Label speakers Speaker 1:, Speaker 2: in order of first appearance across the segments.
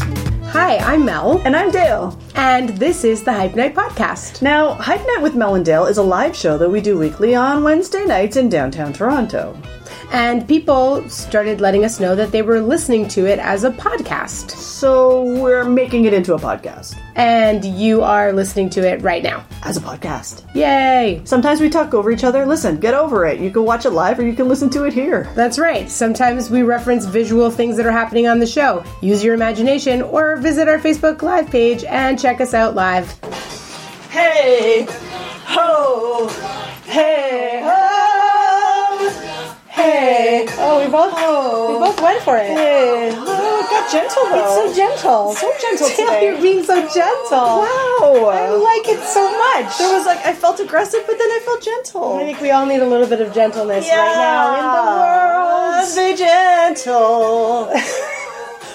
Speaker 1: Hi, I'm Mel,
Speaker 2: And I'm Dale.
Speaker 1: and this is the Hype Night Podcast.
Speaker 2: Now, Hype Night with Mel and Dale is a live show that we do weekly on Wednesday nights in downtown Toronto.
Speaker 1: And people started letting us know that they were listening to it as a podcast.
Speaker 2: So we're making it into a podcast.
Speaker 1: And you are listening to it right now.
Speaker 2: As a podcast.
Speaker 1: Yay!
Speaker 2: Sometimes we talk over each other. Listen, get over it. You can watch it live or you can listen to it here.
Speaker 1: That's right. Sometimes we reference visual things that are happening on the show. Use your imagination or visit our Facebook Live page and check us out live.
Speaker 2: Hey, ho, hey, ho, hey,
Speaker 1: Oh, we both we both went for it.
Speaker 2: hey, ho. It got gentle though.
Speaker 1: gentle.
Speaker 2: so gentle
Speaker 1: You're being so gentle.
Speaker 2: wow.
Speaker 1: I like it so much.
Speaker 2: There was like I felt aggressive, but then I felt gentle.
Speaker 1: I think we all need a little bit of gentleness right now in the world.
Speaker 2: Be gentle.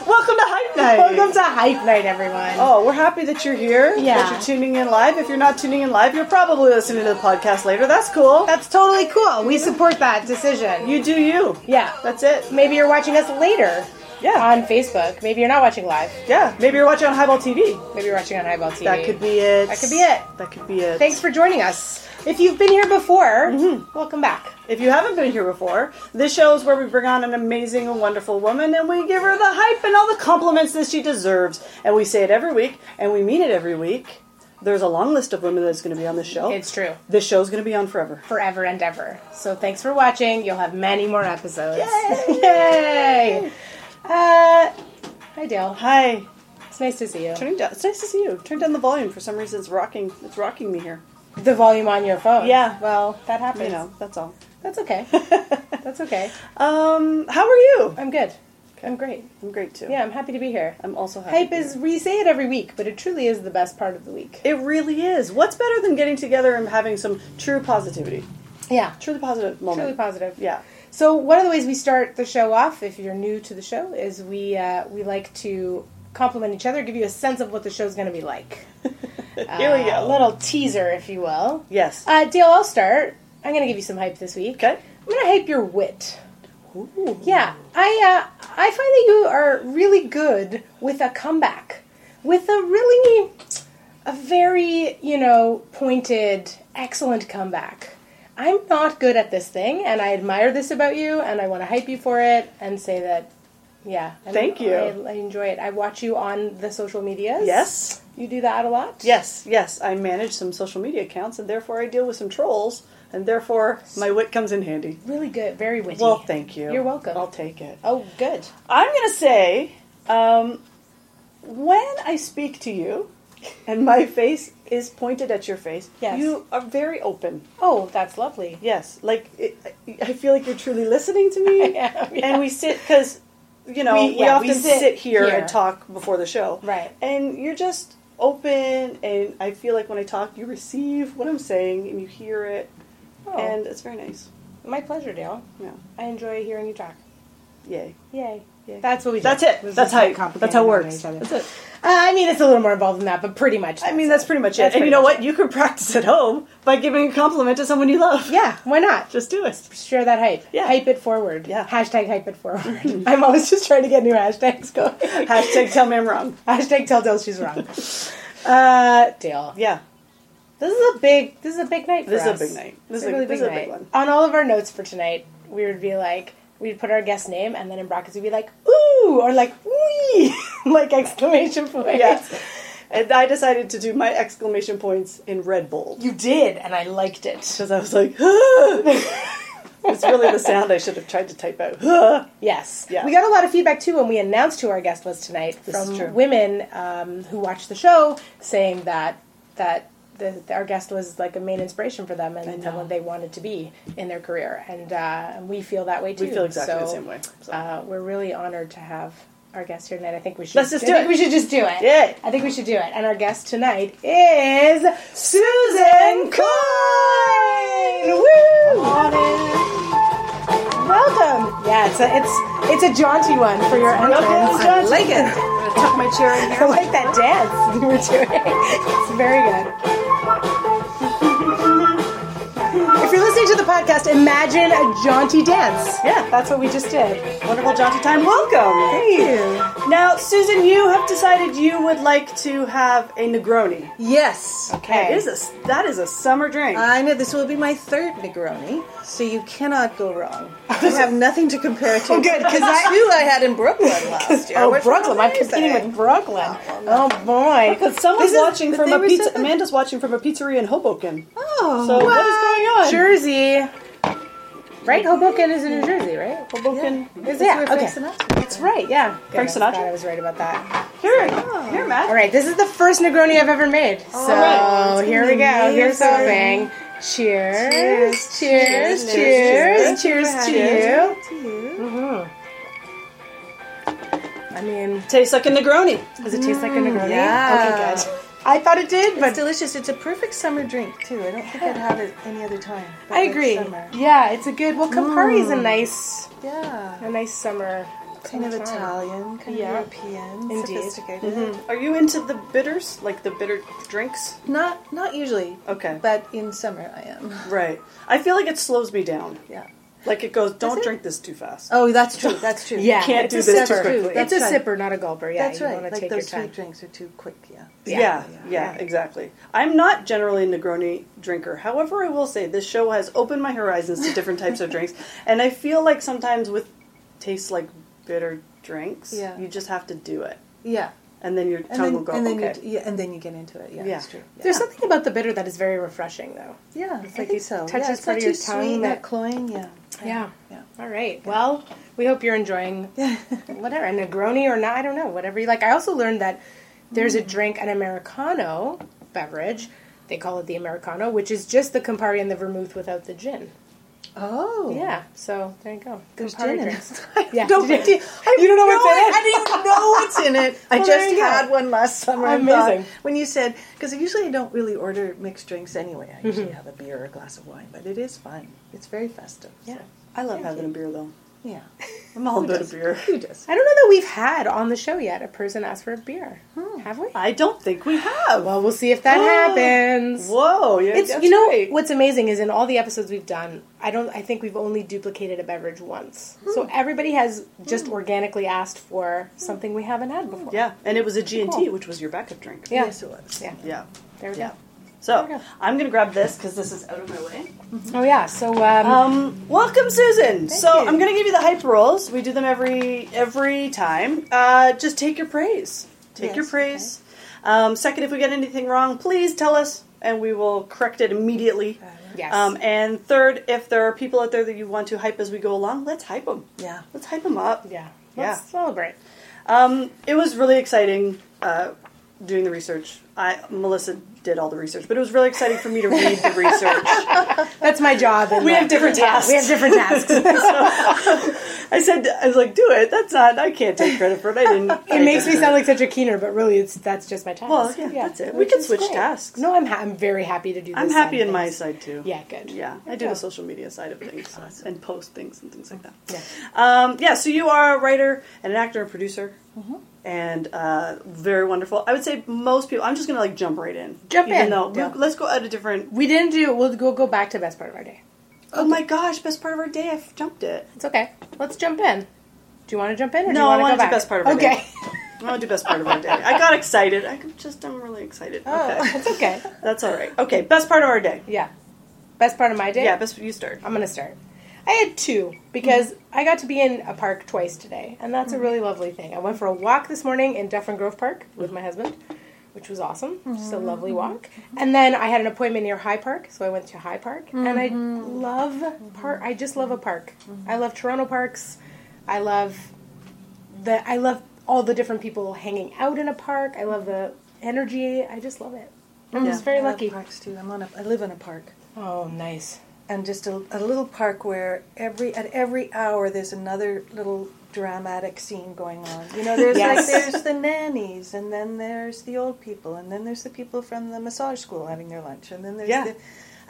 Speaker 2: Welcome to Hype Night.
Speaker 1: Welcome to Hype Night, everyone.
Speaker 2: Oh, we're happy that you're here.
Speaker 1: Yeah.
Speaker 2: That you're tuning in live. If you're not tuning in live, you're probably listening to the podcast later. That's cool.
Speaker 1: That's totally cool. We support that decision.
Speaker 2: you do you.
Speaker 1: yeah.
Speaker 2: That's it.
Speaker 1: Maybe you're watching us later
Speaker 2: Yeah.
Speaker 1: on Facebook. Maybe you're not watching live.
Speaker 2: Yeah. Maybe you're watching on Highball TV.
Speaker 1: Maybe you're watching on Highball TV.
Speaker 2: That could be it.
Speaker 1: That could be it.
Speaker 2: That could be it.
Speaker 1: Thanks for joining us. If you've been here before,
Speaker 2: Mm-hmm.
Speaker 1: welcome back.
Speaker 2: If you haven't been here before, this show is where we bring on an amazing and wonderful woman and we give her the hype and all the compliments that she deserves. And we say it every week and we mean it every week. There's a long list of women that's going to be on this show.
Speaker 1: It's true.
Speaker 2: This show's going to be on forever.
Speaker 1: Forever and ever. So thanks for watching. You'll have many more episodes.
Speaker 2: Yay!
Speaker 1: Yay! Uh, hi, Dale.
Speaker 2: Hi.
Speaker 1: It's nice to see you.
Speaker 2: Turning down, it's nice to see you. Turn down the volume. For some reason, it's rocking. It's rocking me here.
Speaker 1: The volume on your phone.
Speaker 2: Yeah.
Speaker 1: Well, that happens.
Speaker 2: You know, that's all.
Speaker 1: That's okay. That's okay.
Speaker 2: Um, how are you?
Speaker 1: I'm good. I'm great.
Speaker 2: I'm great too.
Speaker 1: Yeah, I'm happy to be here.
Speaker 2: I'm also happy.
Speaker 1: Hype is, we say it every week, but it truly is the best part of the week.
Speaker 2: It really is. What's better than getting together and having some true positivity?
Speaker 1: Yeah.
Speaker 2: Truly positive moment.
Speaker 1: Truly positive.
Speaker 2: Yeah.
Speaker 1: So one of the ways we start the show off, if you're new to the show, is we uh, we like to compliment each other, give you a sense of what the show's going to be like.
Speaker 2: Here we
Speaker 1: Uh,
Speaker 2: go.
Speaker 1: A little teaser, if you will.
Speaker 2: Yes.
Speaker 1: Uh, Dale, I'll start. I'm going to give you some hype this week.
Speaker 2: Okay.
Speaker 1: I'm going to hype your wit. Yeah, I uh, I find that you are really good with a comeback, with a really a very you know pointed, excellent comeback. I'm not good at this thing, and I admire this about you, and I want to hype you for it, and say that, yeah, I-
Speaker 2: Thank you.
Speaker 1: I, I enjoy it. I watch you on the social medias.
Speaker 2: Yes.
Speaker 1: you do that a lot.
Speaker 2: Yes, yes, I manage some social media accounts and therefore I deal with some trolls and therefore my wit comes in handy.
Speaker 1: really good, very witty.
Speaker 2: Well, thank you.
Speaker 1: You're welcome.
Speaker 2: I'll take it.
Speaker 1: Oh, good.
Speaker 2: I'm going to say um, when I speak to you and my face is pointed at your face,
Speaker 1: Yes.
Speaker 2: you are very open.
Speaker 1: Oh, that's lovely.
Speaker 2: Yes, like it, I feel like you're truly listening to me.
Speaker 1: am, yeah.
Speaker 2: And we sit because you know
Speaker 1: We-
Speaker 2: we,
Speaker 1: yeah, we
Speaker 2: often
Speaker 1: sit
Speaker 2: sit, here,
Speaker 1: here.
Speaker 2: and talk before the show,
Speaker 1: Right.
Speaker 2: And you're just open, and I feel like when I talk, you receive what I'm saying and you hear it,
Speaker 1: Oh,
Speaker 2: and it's very nice.
Speaker 1: my pleasure, Dale.
Speaker 2: Yeah,
Speaker 1: I enjoy hearing you talk.
Speaker 2: yay.
Speaker 1: Yay.
Speaker 2: Yay.
Speaker 1: That's what we do.
Speaker 2: That's it.
Speaker 1: This
Speaker 2: That's
Speaker 1: is
Speaker 2: how
Speaker 1: not
Speaker 2: it-
Speaker 1: complicated
Speaker 2: that's how it
Speaker 1: or
Speaker 2: works.
Speaker 1: anything.
Speaker 2: That's it.
Speaker 1: Uh, I mean, it's a little more involved than that, but pretty much.
Speaker 2: I mean, that's
Speaker 1: it.
Speaker 2: pretty much
Speaker 1: That's
Speaker 2: it. And
Speaker 1: pretty
Speaker 2: you know
Speaker 1: much
Speaker 2: what? You can practice at home by giving a compliment to someone you love.
Speaker 1: it. Yeah, why not?
Speaker 2: Just do it.
Speaker 1: Just share that hype.
Speaker 2: Yeah.
Speaker 1: Hype it forward.
Speaker 2: Yeah.
Speaker 1: Hashtag hype it forward. I'm always just trying to get new hashtags going.
Speaker 2: Hashtag tell me I'm wrong.
Speaker 1: Hashtag tell Dale she's wrong. uh, Dale.
Speaker 2: Yeah.
Speaker 1: This is a big. This is a big night. For
Speaker 2: This is a
Speaker 1: us.
Speaker 2: big night. This
Speaker 1: It's
Speaker 2: is a- this is a big one.
Speaker 1: On all of our notes for tonight, we would be like, we'd put our guest name, and then in brackets we'd be like, ooh, or like, wee, like exclamation points.
Speaker 2: Yeah. And I decided to do my exclamation points in red bold
Speaker 1: You did, and I liked it.
Speaker 2: because I was like, it's really the sound I should have tried to type out.
Speaker 1: Yes.
Speaker 2: Yeah.
Speaker 1: We got a lot of feedback too when we announced who our guest was tonight
Speaker 2: is
Speaker 1: from
Speaker 2: true.
Speaker 1: women um, who watched the show saying that that the, our guest was like a main inspiration for them and
Speaker 2: know.
Speaker 1: someone they wanted to be in their career. And, uh, and we feel that way too.
Speaker 2: We feel exactly the
Speaker 1: So,
Speaker 2: same way. So.
Speaker 1: Uh, we're really honored to have our guest here tonight. I think we should.
Speaker 2: Let's just
Speaker 1: I
Speaker 2: do
Speaker 1: think
Speaker 2: it.
Speaker 1: We should just do it.
Speaker 2: Yeah.
Speaker 1: I think we should do it. And our guest tonight is Susan Coyne. Woo! Welcome. Yeah, it's a it's it's a jaunty one for your entrance. I like it.
Speaker 2: I'm gonna tuck my chair in
Speaker 1: I
Speaker 2: here.
Speaker 1: like that dance you were doing. It's very good. If you're listening to the podcast, imagine a jaunty dance.
Speaker 2: Yeah,
Speaker 1: That's what we just did.
Speaker 2: wonderful jaunty time. Welcome.
Speaker 1: Thank you.
Speaker 2: Now, Susan, you have decided you would like to have a Negroni.
Speaker 3: Yes.
Speaker 2: That is a that is a summer drink.
Speaker 1: Uh,
Speaker 3: I know this will be my third Negroni, so you cannot go wrong. You have nothing to compare to.
Speaker 1: Oh, good, 'cause
Speaker 3: The
Speaker 1: I-
Speaker 3: two I had in Brooklyn last year.
Speaker 1: Oh,
Speaker 3: which
Speaker 1: Brooklyn.
Speaker 3: was
Speaker 1: I'm competing
Speaker 3: amazing.
Speaker 1: with Brooklyn. Oh, boy.
Speaker 2: Because someone's
Speaker 3: This is-
Speaker 2: watching
Speaker 3: but
Speaker 2: from
Speaker 3: they
Speaker 2: a
Speaker 3: were
Speaker 2: pizza.
Speaker 3: so good.
Speaker 2: Amanda's watching from a pizzeria in Hoboken.
Speaker 3: Oh,
Speaker 2: So what is going on?
Speaker 1: Jersey. Right? Hoboken is in New Jersey, right?
Speaker 2: Hoboken.
Speaker 1: Is
Speaker 3: yeah,
Speaker 1: it?
Speaker 3: okay.
Speaker 1: Okay. That's right, yeah.
Speaker 2: Frank
Speaker 1: Goodness,
Speaker 2: Sinatra?
Speaker 1: God, I was right about that.
Speaker 2: Here, here, Matt.
Speaker 1: All right, this is the first Negroni I've ever made. So
Speaker 2: right.
Speaker 1: here we go. Here's
Speaker 3: amazing.
Speaker 1: hoping. Cheers. Cheers. Cheers.
Speaker 3: Cheers,
Speaker 1: Cheers.
Speaker 3: cheers.
Speaker 1: Cheers to you. I mean, mm,
Speaker 2: Tastes like a Negroni.
Speaker 1: does it taste like a Negroni?
Speaker 3: yeah.
Speaker 1: Okay, good. I thought it did,
Speaker 3: It's
Speaker 1: but
Speaker 3: delicious. It's a perfect summer drink too. I don't think I'd have it any other time. but
Speaker 1: I
Speaker 3: like
Speaker 1: agree.
Speaker 3: summer.
Speaker 1: Yeah, it's a good. Well, Campari's a nice,
Speaker 3: Yeah.
Speaker 1: a nice summer.
Speaker 3: Kind of Italian, kind
Speaker 1: Yeah.
Speaker 3: of European,
Speaker 1: Indeed. Mm-hmm.
Speaker 3: sophisticated.
Speaker 2: Are you into the bitters, like the bitter drinks?
Speaker 3: Not not usually.
Speaker 2: Okay.
Speaker 3: But in summer I am.
Speaker 2: Right. I feel like it slows me down.
Speaker 3: Yeah.
Speaker 2: Like it goes, don't
Speaker 3: it?
Speaker 2: drink this too fast.
Speaker 3: Oh, that's true. That's true.
Speaker 1: Yeah,
Speaker 2: Can't
Speaker 1: it's
Speaker 2: do
Speaker 1: a
Speaker 2: this too
Speaker 1: sipper.
Speaker 2: quickly.
Speaker 1: It's
Speaker 3: That's
Speaker 1: a
Speaker 3: right.
Speaker 1: sipper, not a gulper. Yeah,
Speaker 3: That's
Speaker 1: you
Speaker 3: right.
Speaker 1: want to
Speaker 3: Like
Speaker 1: take your
Speaker 3: those
Speaker 1: time.
Speaker 3: sweet drinks are too quick. Yeah.
Speaker 2: Yeah,
Speaker 1: Yeah.
Speaker 2: yeah, exactly. I'm not generally a Negroni drinker. However, I will say this show has opened my horizons to different types of drinks, and I feel like sometimes with tastes like bitter drinks,
Speaker 3: Yeah.
Speaker 2: you just have to do it,
Speaker 3: Yeah.
Speaker 2: and then your
Speaker 3: And
Speaker 2: tongue
Speaker 3: then,
Speaker 2: will go
Speaker 3: and then
Speaker 2: okay.
Speaker 3: you, yeah, and then you get into it. Yeah,
Speaker 2: Yeah.
Speaker 3: that's true. Yeah,
Speaker 1: There's something about the bitter that is very refreshing, though.
Speaker 3: yeah I
Speaker 1: like
Speaker 3: think
Speaker 1: it
Speaker 3: so.
Speaker 1: touches
Speaker 3: yeah, it's
Speaker 1: part
Speaker 3: not
Speaker 1: of your
Speaker 3: too
Speaker 1: tongue
Speaker 3: sweet,
Speaker 1: that-
Speaker 3: not cloying. Yeah,
Speaker 1: Yeah.
Speaker 3: yeah.
Speaker 1: All right. Well, we hope you're enjoying whatever a Negroni or not. I don't know. Whatever you like. I also learned that there's
Speaker 3: Mm.
Speaker 1: a drink, an Americano beverage. They call it the Americano, which is just the Campari and the vermouth without the gin.
Speaker 3: Oh,
Speaker 1: Yeah. So there you go.
Speaker 3: There's
Speaker 1: Campari
Speaker 3: gin in
Speaker 1: drinks.
Speaker 3: it.
Speaker 1: Yeah.
Speaker 3: Don't
Speaker 1: Did you-
Speaker 3: you I
Speaker 1: you don't know what's
Speaker 3: know
Speaker 1: in
Speaker 3: it.
Speaker 1: it?
Speaker 3: I didn't even know what's in it. I
Speaker 1: Well, there
Speaker 3: just
Speaker 1: you go.
Speaker 3: had one last summer. and
Speaker 1: Amazing.
Speaker 3: thought- when you said, because usually I don't really order mixed drinks anyway. I
Speaker 1: Mm-hmm.
Speaker 3: usually have a beer or a glass of wine, but it is fun. It's very festive. so,
Speaker 1: Yeah.
Speaker 2: I love having a beer though.
Speaker 3: yeah.
Speaker 2: I'm all about a
Speaker 3: doesn't?
Speaker 2: beer.
Speaker 3: Who does?
Speaker 1: I don't know that we've had on the show yet a person ask for a beer.
Speaker 3: Hmm.
Speaker 1: Have we?
Speaker 2: I don't think we have.
Speaker 1: Well, we'll see if that happens.
Speaker 2: Whoa, yeah,
Speaker 1: It's
Speaker 2: that's
Speaker 1: you know
Speaker 2: right.
Speaker 1: what's amazing is in all the episodes we've done, I don't I think we've only duplicated a beverage once.
Speaker 2: Hmm.
Speaker 1: So everybody has just organically asked for something we haven't had before.
Speaker 2: Yeah, and it was a G and T,
Speaker 1: Cool.
Speaker 2: which was your backup drink.
Speaker 1: Yeah.
Speaker 3: Yes, it was.
Speaker 1: Yeah.
Speaker 2: Yeah.
Speaker 1: There we
Speaker 2: Yeah.
Speaker 1: There we
Speaker 2: So
Speaker 1: go.
Speaker 2: I'm gonna grab this because this is out of my way.
Speaker 1: go. Oh yeah. So um,
Speaker 2: Um, welcome, Susan. so
Speaker 3: you.
Speaker 2: I'm going to give you the hype rolls. We do them every every time. Uh, just take your praise. Take
Speaker 3: Yes,
Speaker 2: your praise. Um, second, if we get anything wrong, please tell us, and we will correct it immediately.
Speaker 3: Uh,
Speaker 1: yes.
Speaker 2: Um, and third, if there are people out there that you want to hype as we go along, let's hype them.
Speaker 3: Yeah.
Speaker 2: Let's hype them up.
Speaker 1: yeah.
Speaker 2: yeah.
Speaker 1: Let's celebrate.
Speaker 2: Um, it was really exciting uh, doing the research. I Melissa did all the research, but it was really exciting for me to read the research.
Speaker 1: That's my job. in
Speaker 2: we
Speaker 1: life.
Speaker 2: have different tasks.
Speaker 1: we have different tasks. it
Speaker 2: I said, I was like, do it. That's not, I can't take credit for it. I didn't. I
Speaker 1: makes me
Speaker 2: didn't.
Speaker 1: sound like such a keener, but really, it's that's just my task.
Speaker 2: Well, yeah, that's it. We
Speaker 1: which
Speaker 2: can
Speaker 1: is
Speaker 2: switch tasks.
Speaker 1: No, I'm ha- I'm very happy to do.
Speaker 2: I'm
Speaker 1: this side
Speaker 2: happy
Speaker 1: of
Speaker 2: in my
Speaker 1: things.
Speaker 2: side too.
Speaker 1: Yeah. Good.
Speaker 2: Yeah. I do the social media side of things and post things and things like that.
Speaker 1: Yeah.
Speaker 2: Um, yeah. So you are a writer and an actor and producer.
Speaker 1: Mm-hmm.
Speaker 2: And uh, very wonderful. I would say most people. I'm just gonna like jump right in.
Speaker 1: Jump
Speaker 2: Even
Speaker 1: in.
Speaker 2: Though,
Speaker 1: Yeah.
Speaker 2: Let's go at a different.
Speaker 1: We didn't do. We'll go go back to best part of our day.
Speaker 2: Oh my gosh! Best part of our day. I've jumped it.
Speaker 1: It's okay. Let's jump in. Do you want to jump in? Or do you
Speaker 2: No, I
Speaker 1: want
Speaker 2: wanna
Speaker 1: to
Speaker 2: do
Speaker 1: go back?
Speaker 2: best part of our
Speaker 1: okay.
Speaker 2: day. I want to do best part of our day. I got excited. I could just. I'm really excited. Okay.
Speaker 1: It's okay.
Speaker 2: That's all right. Okay. Best part of our day.
Speaker 1: Yeah. Best part of my day?
Speaker 2: Yeah. Best. You start.
Speaker 1: I'm going to start. I had two because I got to be in a park twice today, and that's
Speaker 3: Mm-hmm.
Speaker 1: a really lovely thing. I went for a walk this morning in Dufferin Grove Park with my husband, which was awesome. Just a lovely
Speaker 3: Mm-hmm.
Speaker 1: walk. And then I had an appointment near High Park, so I went to High Park, and I
Speaker 3: Mm-hmm.
Speaker 1: love park. I just love a park. I love Toronto parks. I love the I love all the different people hanging out in a park. I love the energy. I just love it. I'm just very
Speaker 3: I love
Speaker 1: lucky.
Speaker 3: Parks too. I'm on a. I live in a park.
Speaker 1: Oh, nice.
Speaker 3: and just a, a little park where every at every hour there's another little dramatic scene going on. You know, there's
Speaker 1: Yes.
Speaker 3: like there's the nannies, and then there's the old people, and then there's the people from the massage school having their lunch, and then there's
Speaker 2: Yeah.
Speaker 3: the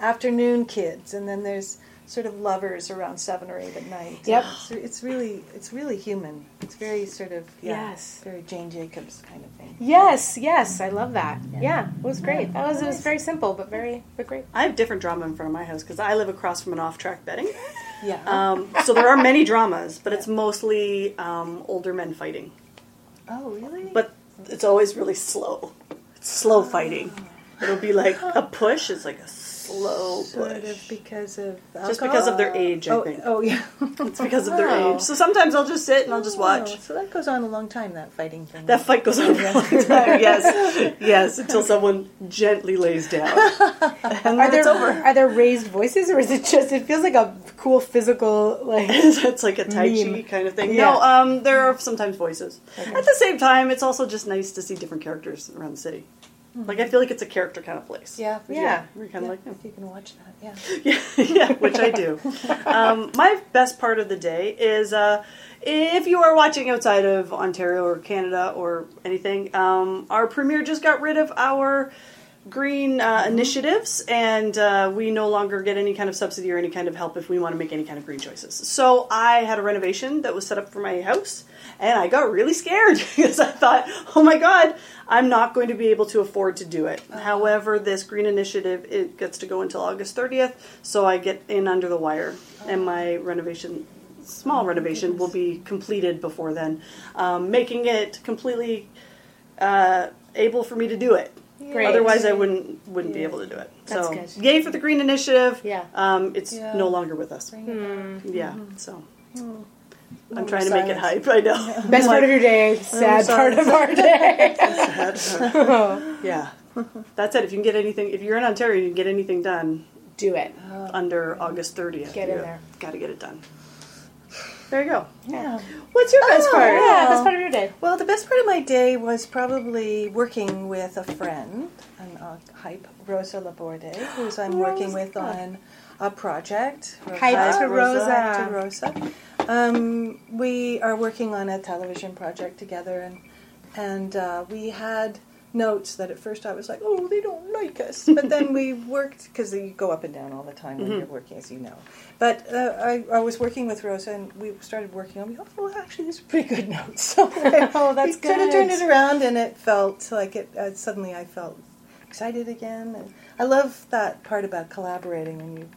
Speaker 3: afternoon kids, and then there's sort of lovers around seven or eight at night.
Speaker 2: Yep.
Speaker 3: So it's really it's really human. It's very sort of yeah,
Speaker 1: Yes.
Speaker 3: very Jane Jacobs kind of thing.
Speaker 1: Yes, yes, I love that. Yeah, it was great. That was it was very simple, but very but great.
Speaker 2: I have different drama in front of my house because I live across from an off-track betting.
Speaker 3: Yeah.
Speaker 2: Um, so there are many dramas, but it's mostly um, older men fighting.
Speaker 3: oh really?
Speaker 2: But it's always really slow. It's slow fighting. It'll be like a push. It's like a slow
Speaker 3: sort of
Speaker 2: push.
Speaker 3: because of
Speaker 2: Oh, Just
Speaker 3: alcohol?
Speaker 2: because of their age, I
Speaker 3: oh,
Speaker 2: think.
Speaker 3: Oh yeah.
Speaker 2: It's because of their
Speaker 3: Wow.
Speaker 2: age. So sometimes I'll just sit and I'll just watch.
Speaker 3: Oh, so that goes on a long time. That fighting thing.
Speaker 2: That fight goes on for a long time. Yes, yes, until someone gently lays down. And
Speaker 1: Are
Speaker 2: then
Speaker 1: there
Speaker 2: it's over.
Speaker 1: are there raised voices or is it just it feels like a cool physical like
Speaker 2: it's like a tai chi
Speaker 1: Meme.
Speaker 2: kind of thing.
Speaker 1: Yeah.
Speaker 2: No, um, there are sometimes voices. At the same time, it's also just nice to see different characters around the city. Like I feel like it's a character kind of place.
Speaker 3: Hmm. yeah.
Speaker 1: Yeah.
Speaker 2: We're kind
Speaker 3: Yeah,
Speaker 2: of like
Speaker 3: if you can watch that, yeah.
Speaker 2: yeah, yeah, which I do. Um, my best part of the day is uh, if you are watching outside of Ontario or Canada or anything. Um, our premier just got rid of our green uh, initiatives, and uh, we no longer get any kind of subsidy or any kind of help if we want to make any kind of green choices. So I had a renovation that was set up for my house, and I got really scared because I thought, oh my god. I'm not going to be able to afford to do it. However, this green initiative it gets to go until August 30th, so I get in under the wire, and my renovation, small renovation, will be completed before then, um, making it completely uh, able for me to do it.
Speaker 1: Great.
Speaker 2: Otherwise, I wouldn't wouldn't be able to do it.
Speaker 1: That's
Speaker 2: so,
Speaker 1: good.
Speaker 2: yay for the green initiative.
Speaker 1: Yeah. Mm-hmm.
Speaker 2: um, it's
Speaker 3: Yeah.
Speaker 2: no longer with us.
Speaker 3: Bring it
Speaker 1: Hmm.
Speaker 3: back.
Speaker 2: Yeah, so. I'm
Speaker 3: Moment
Speaker 2: trying
Speaker 3: of
Speaker 2: to make it
Speaker 3: silence.
Speaker 2: hype. I know.
Speaker 1: best part of your day, sad part of our day.
Speaker 2: yeah, that's it. If you can get anything, if you're in Ontario, and you can get anything done
Speaker 1: Do it.
Speaker 2: under August 30th.
Speaker 1: Get in there.
Speaker 2: Got to get it done. There you go.
Speaker 3: Yeah.
Speaker 2: What's your
Speaker 1: Oh,
Speaker 2: best part?
Speaker 1: Yeah, best part of your day.
Speaker 3: Well, the best part of my day was probably working with a friend, an uh, hype, Rosa Laborde, who's I'm working with on a project.
Speaker 1: Hype to Rosa.
Speaker 3: Hype to Rosa. Um, we are working on a television project together, and and uh, we had notes that at first I was like, oh, they don't like us. But then we worked, because you go up and down all the time
Speaker 1: Mm-hmm.
Speaker 3: when you're working, as you know. But uh, I, I was working with Rosa, and we started working on, we thought, well, actually, these are pretty good notes. So
Speaker 1: Oh, that's
Speaker 3: we sort of
Speaker 1: good.
Speaker 3: turned it around, and it felt like it, uh, suddenly I felt excited again. And I love that part about collaborating when you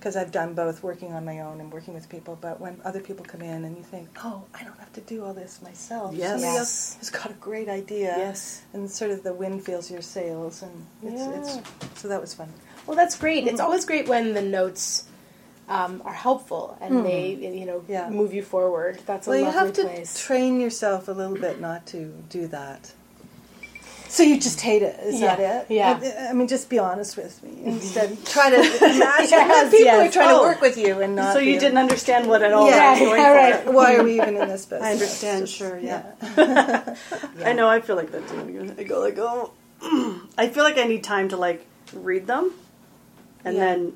Speaker 3: because I've done both working on my own and working with people. But when other people come in and you think, oh, I don't have to do all this myself.
Speaker 2: Yes.
Speaker 3: Somebody
Speaker 1: Yes.
Speaker 3: else has got a great idea.
Speaker 2: Yes.
Speaker 3: And sort of the wind feels your sails. And it's, it's, so that was fun.
Speaker 1: Well, that's great. It's always great when the notes um, are helpful and they you know
Speaker 3: Yeah.
Speaker 1: move you forward. That's a
Speaker 3: well, you
Speaker 1: lovely
Speaker 3: have to
Speaker 1: place.
Speaker 3: train yourself a little bit not to do that. So you just hate it? Is
Speaker 1: Yeah.
Speaker 3: that it?
Speaker 1: Yeah.
Speaker 3: I, I mean, just be honest with me. Instead, try to imagine that people
Speaker 1: yes.
Speaker 3: are trying
Speaker 2: Oh.
Speaker 3: to work with you and not.
Speaker 2: So you
Speaker 3: the-
Speaker 2: didn't understand what at all
Speaker 3: Yeah.
Speaker 2: I was going
Speaker 1: All
Speaker 2: for.
Speaker 1: uh, right.
Speaker 3: Why are we even in this business?
Speaker 2: I understand,
Speaker 3: It's just-
Speaker 2: sure, yeah. I know. I feel like that too. I go like, oh, I feel like I need time to like read them, and
Speaker 3: Yeah.
Speaker 2: then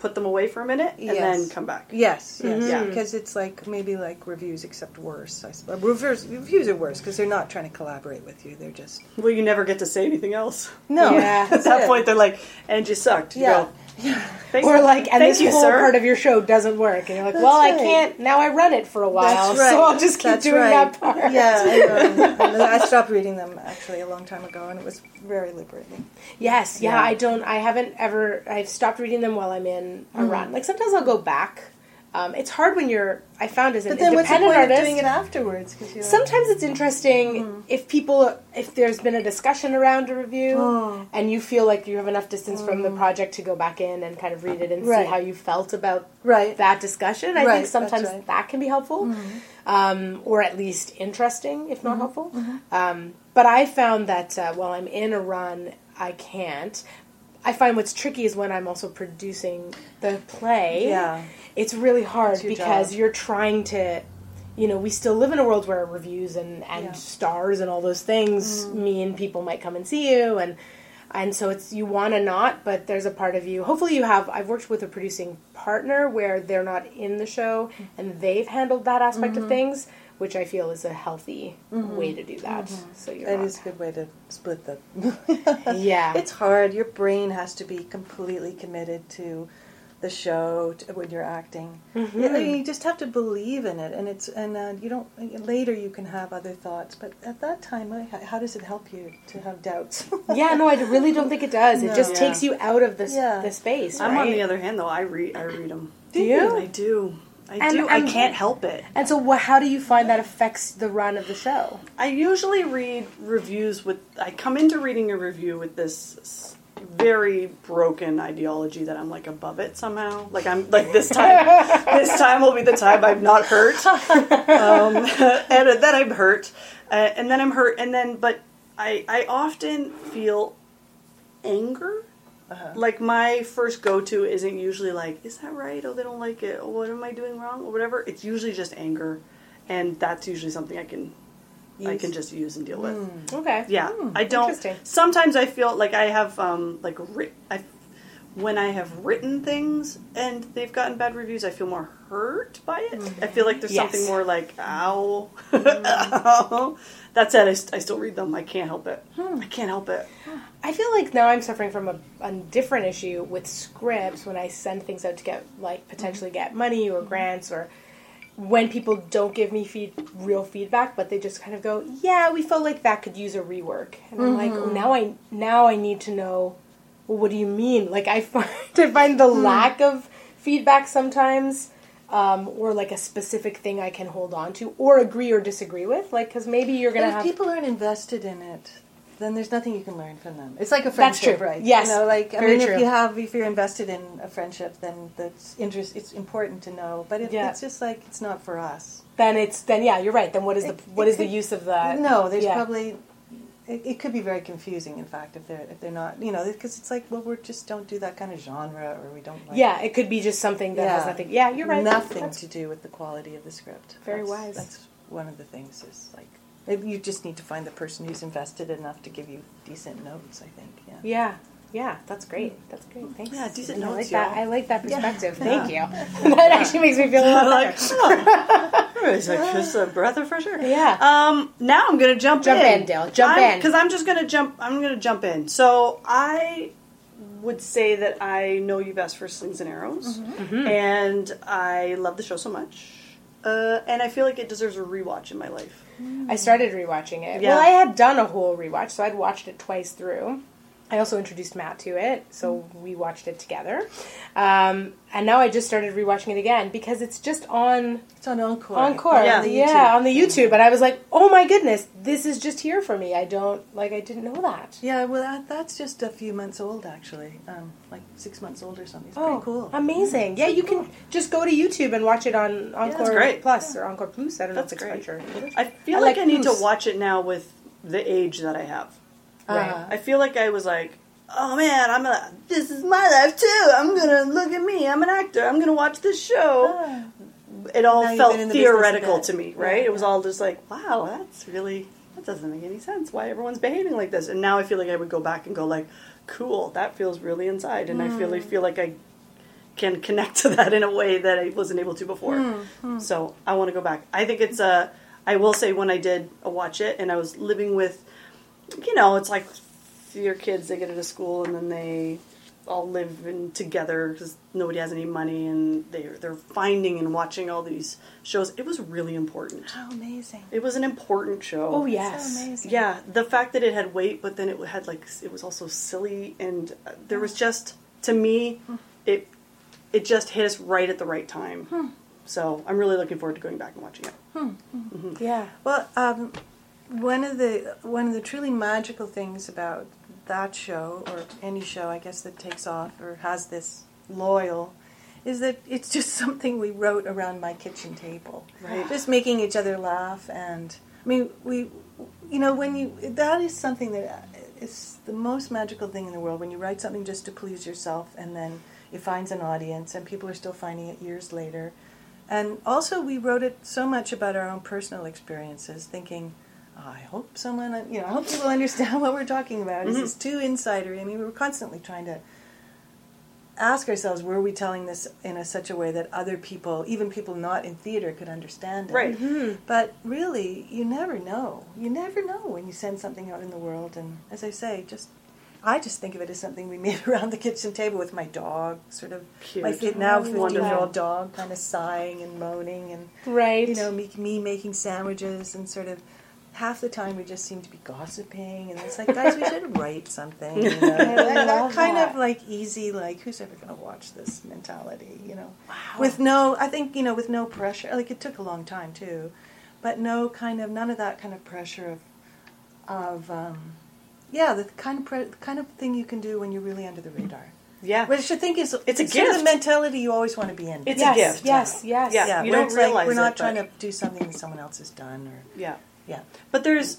Speaker 2: put them away for a minute, and
Speaker 3: Yes.
Speaker 2: then come back.
Speaker 3: Yes, yes,
Speaker 2: Mhm. Yeah.
Speaker 3: because it's like maybe like reviews, except worse. I suppose reviews, reviews are worse because they're not trying to collaborate with you; they're just
Speaker 2: Well, you never get to say anything else.
Speaker 3: no.
Speaker 1: Yeah.
Speaker 2: At that
Speaker 3: it.
Speaker 2: point, they're like, "And you sucked." You
Speaker 3: Yeah.
Speaker 2: go, Thank,
Speaker 1: Or like, and
Speaker 2: thank
Speaker 1: this
Speaker 2: you,
Speaker 1: whole
Speaker 2: sir.
Speaker 1: part of your show doesn't work, and you're like, well, I
Speaker 3: right.
Speaker 1: can't. Now I run it for a while,
Speaker 3: That's right.
Speaker 1: so I'll just keep
Speaker 3: That's
Speaker 1: doing
Speaker 3: right.
Speaker 1: that part.
Speaker 3: Yeah, I, know. I stopped reading them actually a long time ago, and it was very liberating.
Speaker 1: Yes, yeah,
Speaker 2: Yeah.
Speaker 1: I don't. I haven't ever. I've stopped reading them while I'm in
Speaker 3: Hmm.
Speaker 1: a run. Like sometimes I'll go back. Um, it's hard when you're. I found as an
Speaker 3: But then, what's the
Speaker 1: independent
Speaker 3: point
Speaker 1: artist.
Speaker 3: of doing it Hmm. afterwards? Because you're
Speaker 1: Sometimes it's interesting if people, if there's been a discussion around a review,
Speaker 3: Oh.
Speaker 1: and you feel like you have enough distance from the project to go back in and kind of read it and
Speaker 3: Right.
Speaker 1: see how you felt about
Speaker 3: Right.
Speaker 1: that discussion. I
Speaker 3: Right,
Speaker 1: think
Speaker 3: that's
Speaker 1: sometimes
Speaker 3: right. Mm-hmm.
Speaker 1: that can be helpful, um, or at least interesting, if not helpful. Um, but I found that uh, while I'm in a run, I can't. I find what's tricky is when I'm also producing the play
Speaker 3: Yeah.
Speaker 1: it's really hard
Speaker 3: your
Speaker 1: because
Speaker 3: job.
Speaker 1: you're trying to you know we still live in a world where reviews and, and
Speaker 3: Yeah. Mm-hmm.
Speaker 1: stars and all those things mean people might come and see you and and so it's you want to not but there's a part of you hopefully you have i've worked with a producing partner where they're not in the show
Speaker 3: Mm-hmm.
Speaker 1: and they've handled that aspect of things which i feel is a healthy way to do that so you're
Speaker 3: Mm-hmm. that
Speaker 1: not-
Speaker 3: is a good way to split the.
Speaker 1: yeah
Speaker 3: It's hard. Your brain has to be completely committed to the show t- when you're acting.
Speaker 1: Mm-hmm.
Speaker 3: Yeah, I mean, you just have to believe in it, and it's and uh, you don't. Later, you can have other thoughts, but at that time, uh, how- how does it help you to have doubts?
Speaker 1: yeah, no, I really don't think it does. It just
Speaker 2: No.
Speaker 1: takes you out of this
Speaker 3: Yeah.
Speaker 1: the space.
Speaker 2: I'm on
Speaker 1: right?
Speaker 2: the other hand, though. I read. I read them.
Speaker 1: Do you?
Speaker 2: I do. I
Speaker 1: And-
Speaker 2: do.
Speaker 1: and-
Speaker 2: I can't help it.
Speaker 1: And so, wha how do you find that affects the run of the show?
Speaker 2: I usually read reviews with. I come into reading a review with this s- very broken ideology that I'm like above it somehow. Like I'm like this time. this time will be the time I'm not hurt, um, and then I'm hurt, uh, and then I'm hurt, and then but I I often feel anger. Like my first go to isn't usually like, is that right? Oh, they don't like it. Oh, what am I doing wrong? Or whatever. It's usually just anger, and that's usually something I can I
Speaker 3: Use.
Speaker 2: can just use and deal with.
Speaker 1: Okay.
Speaker 2: Yeah, I
Speaker 1: Mm.
Speaker 2: don't.
Speaker 1: interesting.
Speaker 2: Sometimes I feel like I have um like ri- I when I have written things and they've gotten bad reviews, I feel more hurt by it. I feel like there's
Speaker 1: Mm-hmm. Yes. Mm-hmm.
Speaker 2: something more like ow. ow. that said, I, st- I still read them. I can't help it.
Speaker 1: Hmm.
Speaker 2: I can't help it.
Speaker 1: I feel like now I'm suffering from a, a different issue with scripts when I send things out to get like potentially get money or grants or when people don't give me feed, real feedback but they just kind of go yeah we felt like that could use a rework and I'm like oh, now I now I need to know well, what do you mean like I find I find the lack of feedback sometimes um, or like a specific thing I can hold on to or agree or disagree with like because maybe you're
Speaker 3: But
Speaker 1: gonna
Speaker 3: if
Speaker 1: have
Speaker 3: people aren't invested in it, then there's nothing you can learn from them. It's like a
Speaker 1: That's
Speaker 3: friendship,
Speaker 1: true.
Speaker 3: right?
Speaker 1: Yes.
Speaker 3: You know, like I
Speaker 1: Very
Speaker 3: mean,
Speaker 1: true.
Speaker 3: if you have, if you're invested in a friendship, then that's interest. It's important to know, but if
Speaker 1: Yeah.
Speaker 3: it's just like it's not for us.
Speaker 1: then it's then yeah you're right then what is the
Speaker 3: It-
Speaker 1: what
Speaker 3: it
Speaker 1: is the
Speaker 3: could-
Speaker 1: use of that
Speaker 3: no, there's
Speaker 1: yeah.
Speaker 3: probably. It, it could be very confusing, in fact, if they're if they're not, you know, because it's like, well, we're just don't do that kind of genre, or we don't. Like
Speaker 1: yeah it could be just something that has
Speaker 3: Yeah.
Speaker 1: nothing yeah you're right
Speaker 3: Nothing
Speaker 1: That's-
Speaker 3: to do with the quality of the script.
Speaker 1: Very
Speaker 3: That's-
Speaker 1: wise.
Speaker 3: That's one of the things is like maybe you just need to find the person who's invested enough to give you decent notes. I think. Yeah.
Speaker 1: yeah yeah that's great that's great thanks
Speaker 2: Yeah, decent
Speaker 1: I like
Speaker 2: notes,
Speaker 1: that
Speaker 2: y'all.
Speaker 1: I like that perspective thank you that actually makes me feel a lot
Speaker 2: like,
Speaker 1: better
Speaker 2: oh, it's like just a breath of fresh air.
Speaker 1: Yeah.
Speaker 2: Um. Now I'm gonna jump
Speaker 1: Jump
Speaker 2: in.
Speaker 1: in, Dale. Jump in.
Speaker 2: Because I'm just gonna jump. I'm gonna jump in. So I would say that I know you best for Slings and Arrows,
Speaker 1: Mm-hmm.
Speaker 2: and I love the show so much, uh, and I feel like it deserves a rewatch in my life.
Speaker 1: I started rewatching it
Speaker 2: Yeah.
Speaker 1: well I had done a whole rewatch so I'd watched it twice through I also introduced Matt to it so we watched it together um, and now I just started rewatching it again because it's just on
Speaker 3: It's on Encore.
Speaker 1: Encore, yeah,
Speaker 2: Yeah. on the
Speaker 1: yeah, on the YouTube, and I was like, "Oh my goodness, this is just here for me." I don't like, I didn't know that.
Speaker 3: Yeah, well, that, that's just a few months old, actually. Um, like six months old or something. It's
Speaker 1: oh,
Speaker 3: pretty cool.
Speaker 1: amazing! Yeah, you can just go to YouTube and watch it on Encore
Speaker 2: great.
Speaker 1: Plus or Encore Plus. I don't
Speaker 2: That's
Speaker 1: know if it's
Speaker 2: great.
Speaker 1: French or English.
Speaker 2: I feel
Speaker 1: I
Speaker 2: like,
Speaker 1: like
Speaker 2: I need
Speaker 1: Goose.
Speaker 2: to watch it now with the age that I have. Uh,
Speaker 1: Right.
Speaker 2: I feel like I was like, oh man, I'm gonna. This is my life too. I'm gonna look at me. I'm an actor. I'm gonna watch this
Speaker 1: Uh-huh.
Speaker 2: show.
Speaker 1: uh,
Speaker 3: Ah.
Speaker 2: It all
Speaker 3: Now you've
Speaker 2: felt
Speaker 3: been in the business a
Speaker 2: theoretical
Speaker 3: bit.
Speaker 2: to me, right? It was all just like, wow, that's really that doesn't make any sense. Why everyone's behaving like this? And now I feel like I would go back and go like, cool, that feels really inside, and I
Speaker 3: Hmm.
Speaker 2: really feel like I can connect to that in a way that I wasn't able to before.
Speaker 3: Hmm,
Speaker 2: So I want to go back. I think it's a. I will say when I did a watch it, and I was living with, you know, it's like your kids. They get out of school, and then they all live in together because nobody has any money, and they are they're finding and watching all these shows. It was really important.
Speaker 3: How amazing.
Speaker 2: It was an important show.
Speaker 1: Oh
Speaker 3: So
Speaker 1: yes,
Speaker 3: amazing.
Speaker 2: Yeah, the fact that it had weight, but then it had like it was also silly, and uh, there was just to me,
Speaker 1: Hmm.
Speaker 2: it it just hit us right at the right time.
Speaker 1: Hmm.
Speaker 2: So I'm really looking forward to going back and watching it.
Speaker 1: yeah.
Speaker 3: Mm-hmm. Well, um, one of the one of the truly magical things about that show or any show, I guess, that takes off or has this loyal, is that it's just something we wrote around my kitchen table,
Speaker 2: Right.
Speaker 3: Just making each other laugh, and I mean, we, you know, when you that is something that is the most magical thing in the world when you write something just to please yourself, and then it finds an audience, and people are still finding it years later. And also, we wrote it so much about our own personal experiences, thinking, "Oh, I hope someone, you know, I hope people understand what we're talking about. Is this too insider? I mean, we were constantly trying to ask ourselves, were we telling this in a, such a way that other people, even people not in theater, could understand it?
Speaker 2: Right.
Speaker 1: Mm-hmm.
Speaker 3: But really, you never know. You never know when you send something out in the world. And as I say, just I just think of it as something we made around the kitchen table with my dog, sort of
Speaker 2: Cute.
Speaker 3: my kid now
Speaker 1: Oh,
Speaker 3: fifteen year
Speaker 1: wonderful.
Speaker 3: old dog, kind of sighing and moaning, and
Speaker 1: Right.
Speaker 3: you know me, me making sandwiches and sort of. Half the time we just seem to be gossiping, and it's like, guys, we should write something. You know?
Speaker 1: I
Speaker 3: that, that
Speaker 1: love
Speaker 3: kind
Speaker 1: that.
Speaker 3: of like easy, like who's ever going to watch this mentality, you know? With no, I think you know, with no pressure. Like it took a long time too, but no kind of none of that kind of pressure of of um, yeah, the kind of pre- the kind of thing you can do when you're really under the radar.
Speaker 2: Yeah.
Speaker 3: Which I think is
Speaker 2: It's a
Speaker 3: sort of
Speaker 2: gift.
Speaker 3: the mentality you always want to be in.
Speaker 2: It's
Speaker 1: yes,
Speaker 2: a gift.
Speaker 1: Yes, yes.
Speaker 2: Yeah.
Speaker 3: yeah,
Speaker 2: you
Speaker 3: where
Speaker 2: don't
Speaker 3: it's
Speaker 2: realize
Speaker 3: like we're not
Speaker 2: it,
Speaker 3: trying
Speaker 2: but-
Speaker 3: to do something that someone else has done, or
Speaker 2: Yeah.
Speaker 3: yeah,
Speaker 2: But there's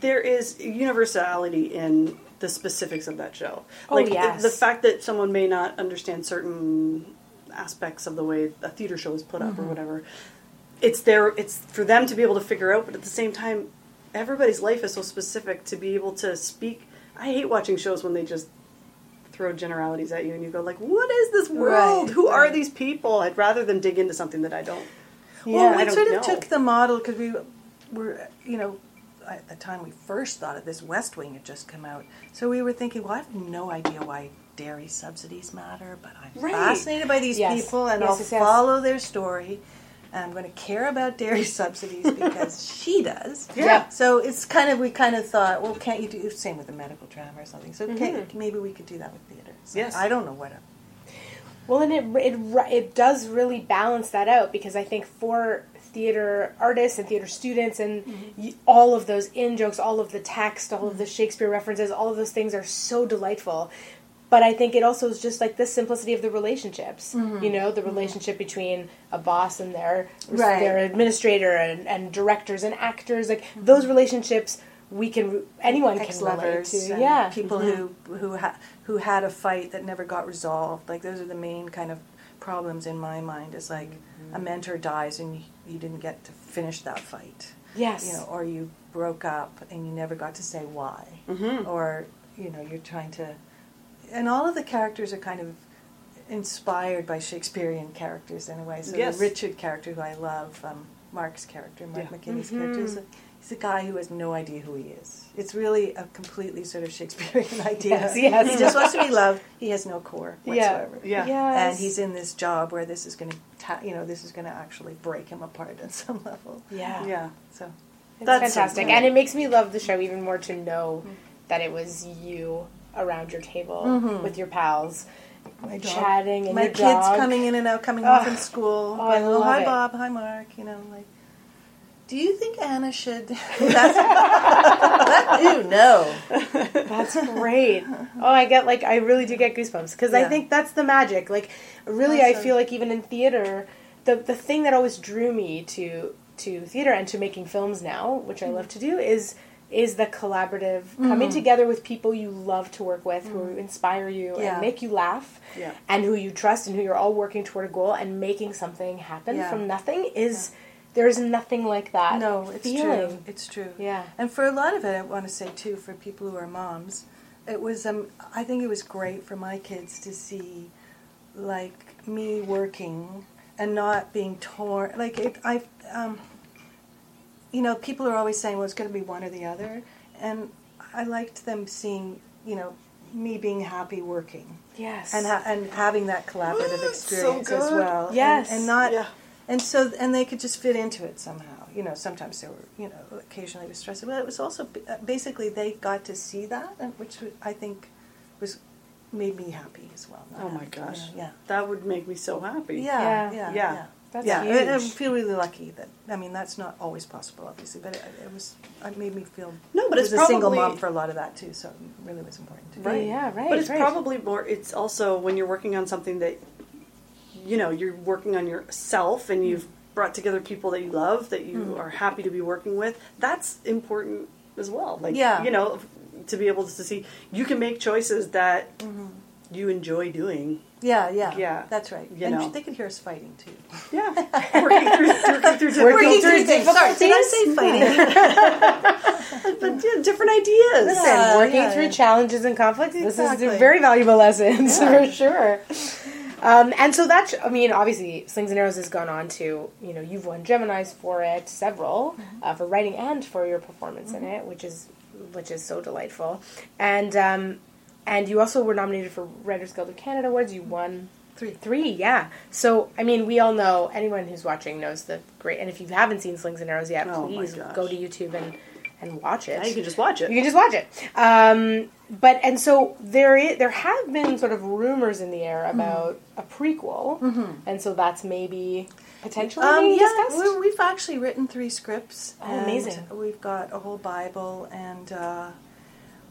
Speaker 2: there is universality in the specifics of that show.
Speaker 1: Oh,
Speaker 2: like
Speaker 1: yes.
Speaker 2: the, the fact that someone may not understand certain aspects of the way a theater show is put up
Speaker 3: Mm-hmm.
Speaker 2: or whatever. It's their it's for them to be able to figure out, but at the same time everybody's life is so specific to be able to speak. I hate watching shows when they just throw generalities at you and you go like, "What is this world?
Speaker 3: Right,
Speaker 2: Who are
Speaker 3: right.
Speaker 2: these people?" I'd rather them dig into something that I don't.
Speaker 3: Well,
Speaker 2: I
Speaker 3: we
Speaker 2: don't
Speaker 3: sort of
Speaker 2: know.
Speaker 3: took the model because we were, you know, at the time we first thought of this, West Wing had just come out. So we were thinking, well, I have no idea why dairy subsidies matter, but I'm
Speaker 2: Right.
Speaker 3: fascinated by these
Speaker 1: Yes.
Speaker 3: people and
Speaker 1: Yes,
Speaker 3: I'll
Speaker 1: yes, yes.
Speaker 3: follow their story. And I'm going to care about dairy subsidies because she does.
Speaker 1: Yeah.
Speaker 3: So it's kind of we kind of thought, well, can't you do same with the medical drama or something? So can't, maybe we could do that with theater. So
Speaker 2: Mm-hmm. Yes.
Speaker 3: I don't know what.
Speaker 1: Well, and it, it ri- it does really balance that out because I think for theater artists and theater students and
Speaker 3: Mm-hmm.
Speaker 1: y- all of those in jokes, all of the text, all of the Shakespeare references, all of those things are so delightful. But I think it also is just like the simplicity of the relationships.
Speaker 3: Mm-hmm.
Speaker 1: You know, the relationship between a boss and their
Speaker 3: Right.
Speaker 1: their administrator and, and directors and actors. Like
Speaker 3: Mm-hmm.
Speaker 1: those relationships, we can re- anyone can relate
Speaker 3: ex-lovers,
Speaker 1: to.
Speaker 3: and
Speaker 1: Yeah, Mm-hmm.
Speaker 3: people who who ha- who had a fight that never got resolved. Like those are the main kind of problems in my mind. Is like
Speaker 1: Mm-hmm.
Speaker 3: a mentor dies and you, you didn't get to finish that fight.
Speaker 1: Yes.
Speaker 3: you know, or you broke up and you never got to say why,
Speaker 2: Mm-hmm.
Speaker 3: or you know, you're trying to, and all of the characters are kind of inspired by Shakespearean characters in a way. So
Speaker 2: Yes.
Speaker 3: the Richard character, who I love, um, Mark's character, Mark
Speaker 2: Yeah.
Speaker 3: McKinney's character, is a, he's a guy who has no idea who he is. It's really a completely sort of Shakespearean idea.
Speaker 1: Yes, yes.
Speaker 3: He just wants to be loved. He has no core
Speaker 1: yeah,
Speaker 3: whatsoever.
Speaker 2: Yeah.
Speaker 1: Yes.
Speaker 3: And he's in this job where this is going to, ta- you know, this is going to actually break him apart at some level.
Speaker 1: yeah.
Speaker 2: Yeah.
Speaker 3: So
Speaker 1: It's
Speaker 2: That's
Speaker 1: fantastic,
Speaker 2: something.
Speaker 1: and it makes me love the show even more to know that it was you around your table with your pals,
Speaker 3: my Mm-hmm. dog-
Speaker 1: chatting, and
Speaker 3: my
Speaker 1: your
Speaker 3: kids
Speaker 1: dog.
Speaker 3: coming in and out, coming
Speaker 1: Ugh.
Speaker 3: home from school.
Speaker 1: Oh, I
Speaker 3: going, "Oh,
Speaker 1: love
Speaker 3: hi,
Speaker 1: it.
Speaker 3: Bob. Hi, Mark. You know, like, do you think Anna should? That's that, ew, no.
Speaker 1: That's great. Oh, I get like I really do get goosebumps because I
Speaker 3: Yeah.
Speaker 1: think that's the magic. Like, really, I
Speaker 3: Awesome.
Speaker 1: feel like even in theater, the the thing that always drew me to to theater and to making films now, which
Speaker 3: Mm-hmm.
Speaker 1: I love to do, is is the collaborative coming together with people you love to work with who inspire you
Speaker 3: Mm-hmm. Yeah.
Speaker 1: and make you laugh
Speaker 2: Yeah.
Speaker 1: and who you trust and who you're all working toward a goal and making something happen
Speaker 3: Yeah.
Speaker 1: from nothing is there's nothing like that
Speaker 3: No, it's
Speaker 1: feeling.
Speaker 3: true. It's true.
Speaker 1: Yeah.
Speaker 3: And for a lot of it, I want to say too, for people who are moms, it was. Um, I think it was great for my kids to see, like me working and not being torn. Like it, I, um, you know, people are always saying, "Well, it's going to be one or the other," and I liked them seeing, you know, me being happy working
Speaker 1: Yes.
Speaker 3: and ha- and having that collaborative
Speaker 2: Ooh, so
Speaker 3: experience as
Speaker 2: good.
Speaker 3: well. And-
Speaker 1: Yes.
Speaker 3: and, not
Speaker 2: Yeah.
Speaker 3: and so and they could just fit into it somehow. You know, sometimes they were you know occasionally it was stressful, but it was also b- uh, basically they got to see that, and which w- I think was made me happy as well. not
Speaker 2: Oh my
Speaker 3: having to, you
Speaker 2: gosh.
Speaker 3: know, yeah.
Speaker 2: That would make me so happy.
Speaker 3: Yeah,
Speaker 1: Yeah.
Speaker 3: yeah, yeah,
Speaker 2: Yeah.
Speaker 1: That's
Speaker 3: yeah,
Speaker 1: huge.
Speaker 3: I, I feel really lucky that I mean that's not always possible, obviously, but it, it was it made me feel
Speaker 2: No, but
Speaker 3: I was
Speaker 2: it's
Speaker 3: a single
Speaker 2: probably-
Speaker 3: mom for a lot of that too, so it really was important. To do.
Speaker 2: Right.
Speaker 1: Yeah, right,
Speaker 2: But it's
Speaker 1: right.
Speaker 2: probably more. It's also when you're working on something that, you know, you're working on yourself, and you've brought together people that you love, that you are happy to be working with. That's important as well. Like,
Speaker 3: Yeah.
Speaker 2: you know, to be able to see you can make choices that you enjoy doing.
Speaker 3: Yeah, yeah,
Speaker 2: Yeah.
Speaker 3: That's right.
Speaker 2: You
Speaker 3: and
Speaker 2: know.
Speaker 3: they could hear us fighting too.
Speaker 2: Yeah, working through, working through different,
Speaker 1: Working through difficulties.
Speaker 3: Sorry, did I say fighting?
Speaker 2: but, yeah, different ideas.
Speaker 1: Listen,
Speaker 3: Yeah,
Speaker 1: working
Speaker 3: yeah,
Speaker 1: through
Speaker 3: yeah.
Speaker 1: challenges and conflicts. This is
Speaker 3: Exactly.
Speaker 1: a very valuable lessons for sure. Um, and so that's, I mean, obviously, Slings and Arrows has gone on to, you know, you've won Gemini's for it, several,
Speaker 3: Mm-hmm.
Speaker 1: uh, for writing and for your performance in it, which is, which is so delightful. And um, And you also were nominated for Writers Guild of Canada Awards. You won
Speaker 3: Three.
Speaker 1: Three, yeah. So, I mean, we all know, anyone who's watching knows the great. And if you haven't seen Slings and Arrows yet,
Speaker 2: Oh my
Speaker 1: please
Speaker 2: gosh.
Speaker 1: go to YouTube and, and watch it.
Speaker 2: Now you can just watch it.
Speaker 1: You can just watch it. Um, but and so there i there have been sort of rumors in the air about a prequel, and so that's maybe potentially
Speaker 3: Um,
Speaker 1: being
Speaker 3: yeah,
Speaker 1: discussed.
Speaker 3: we, we've actually written three scripts.
Speaker 1: Oh,
Speaker 3: and
Speaker 1: amazing.
Speaker 3: We've got a whole Bible, and uh,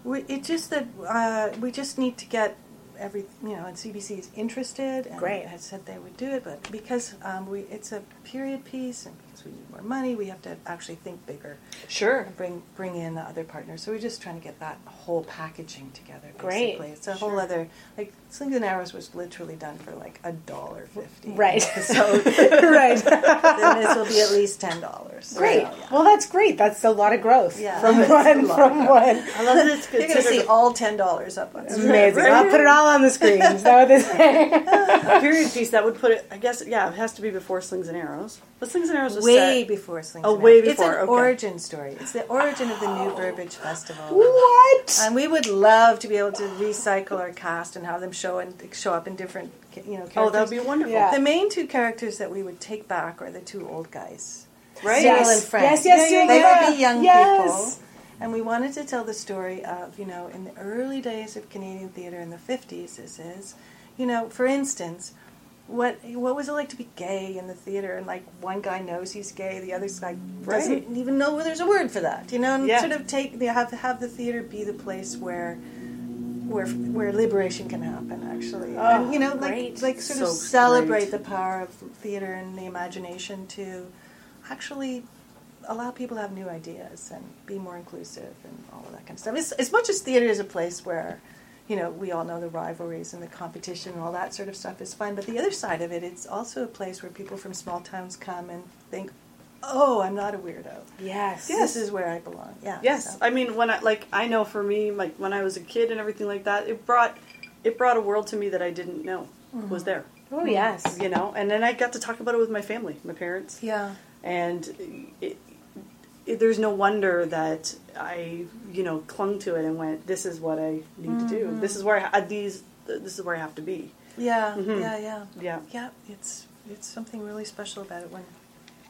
Speaker 3: we, it's just that uh, we just need to get every you know. And CBC is interested. And
Speaker 1: Great.
Speaker 3: Had said they would do it, but because um, we it's a period piece, and because we need more money, we have to actually think bigger
Speaker 2: Sure.
Speaker 3: and bring bring in the other partners. So we're just trying to get that whole packaging together.
Speaker 1: Great.
Speaker 3: Basically, it's a
Speaker 1: Sure.
Speaker 3: whole other like Slings and Arrows was literally done for like a dollar fifty.
Speaker 1: Right.
Speaker 3: So
Speaker 1: right.
Speaker 3: then this will be at least ten dollars.
Speaker 1: Great. Well, that's great. That's a lot of growth
Speaker 3: Yeah.
Speaker 1: from
Speaker 3: That's a
Speaker 1: one
Speaker 3: lot
Speaker 1: from
Speaker 3: of
Speaker 1: one.
Speaker 2: I love that it's
Speaker 3: You're going to see
Speaker 2: considered
Speaker 3: all ten dollars up on screen.
Speaker 1: Amazing. I'll put it all on the screen. Is that what they say?
Speaker 2: a period piece. That would put it, I guess, yeah, it has to be before Slings and Arrows. But Slings and Arrows was
Speaker 3: Way
Speaker 2: set.
Speaker 3: before Slings.
Speaker 2: Oh,
Speaker 3: and
Speaker 2: way
Speaker 3: Arrows. It's
Speaker 2: before,
Speaker 3: an
Speaker 2: okay.
Speaker 3: origin story. It's the origin of the New Burbage Festival.
Speaker 1: what?
Speaker 3: And we would love to be able to recycle our cast and have them show and show up in different, you know, characters.
Speaker 2: Oh, that would be wonderful.
Speaker 1: Yeah.
Speaker 3: The main two characters that we would take back are the two old guys,
Speaker 2: Right?
Speaker 3: Yes.
Speaker 1: Yes.
Speaker 3: and Frank.
Speaker 1: Yes, yes,
Speaker 2: Yeah, yeah,
Speaker 1: yeah,
Speaker 3: They
Speaker 1: yeah.
Speaker 3: would be young
Speaker 1: yes.
Speaker 3: people. And we wanted to tell the story of, you know, in the early days of Canadian theatre in the 50s, this is, you know, for instance, what what was it like to be gay in the theater? And like one guy knows he's gay, the other guy
Speaker 2: Right.
Speaker 3: doesn't even know where there's a word for that, you know. And
Speaker 2: Yeah.
Speaker 3: sort of take the have have the theater be the place where where where liberation can happen actually and, you know like
Speaker 1: great.
Speaker 3: like sort of
Speaker 2: So
Speaker 3: celebrate
Speaker 2: great.
Speaker 3: the power of theater and the imagination to actually allow people to have new ideas and be more inclusive and all of that kind of stuff as, as much as theater is a place where you know we all know the rivalries and the competition and all that sort of stuff is fun but the other side of it it's also a place where people from small towns come and think oh i'm not a weirdo
Speaker 1: Yes.
Speaker 3: this is where i belong yeah
Speaker 2: Yes,
Speaker 3: so.
Speaker 2: I mean when I like I know for me like when I was a kid and everything like that, it brought it brought a world to me that I didn't know was there.
Speaker 1: Oh yes.
Speaker 2: You know, and then I got to talk about it with my family, my parents,
Speaker 3: yeah
Speaker 2: and it, it, there's no wonder that I you know clung to it and went, this is what I need to do. This is where I ha- these this is where I have to be.
Speaker 3: Yeah, yeah, yeah,
Speaker 2: Yeah.
Speaker 3: yeah. It's it's something really special about it when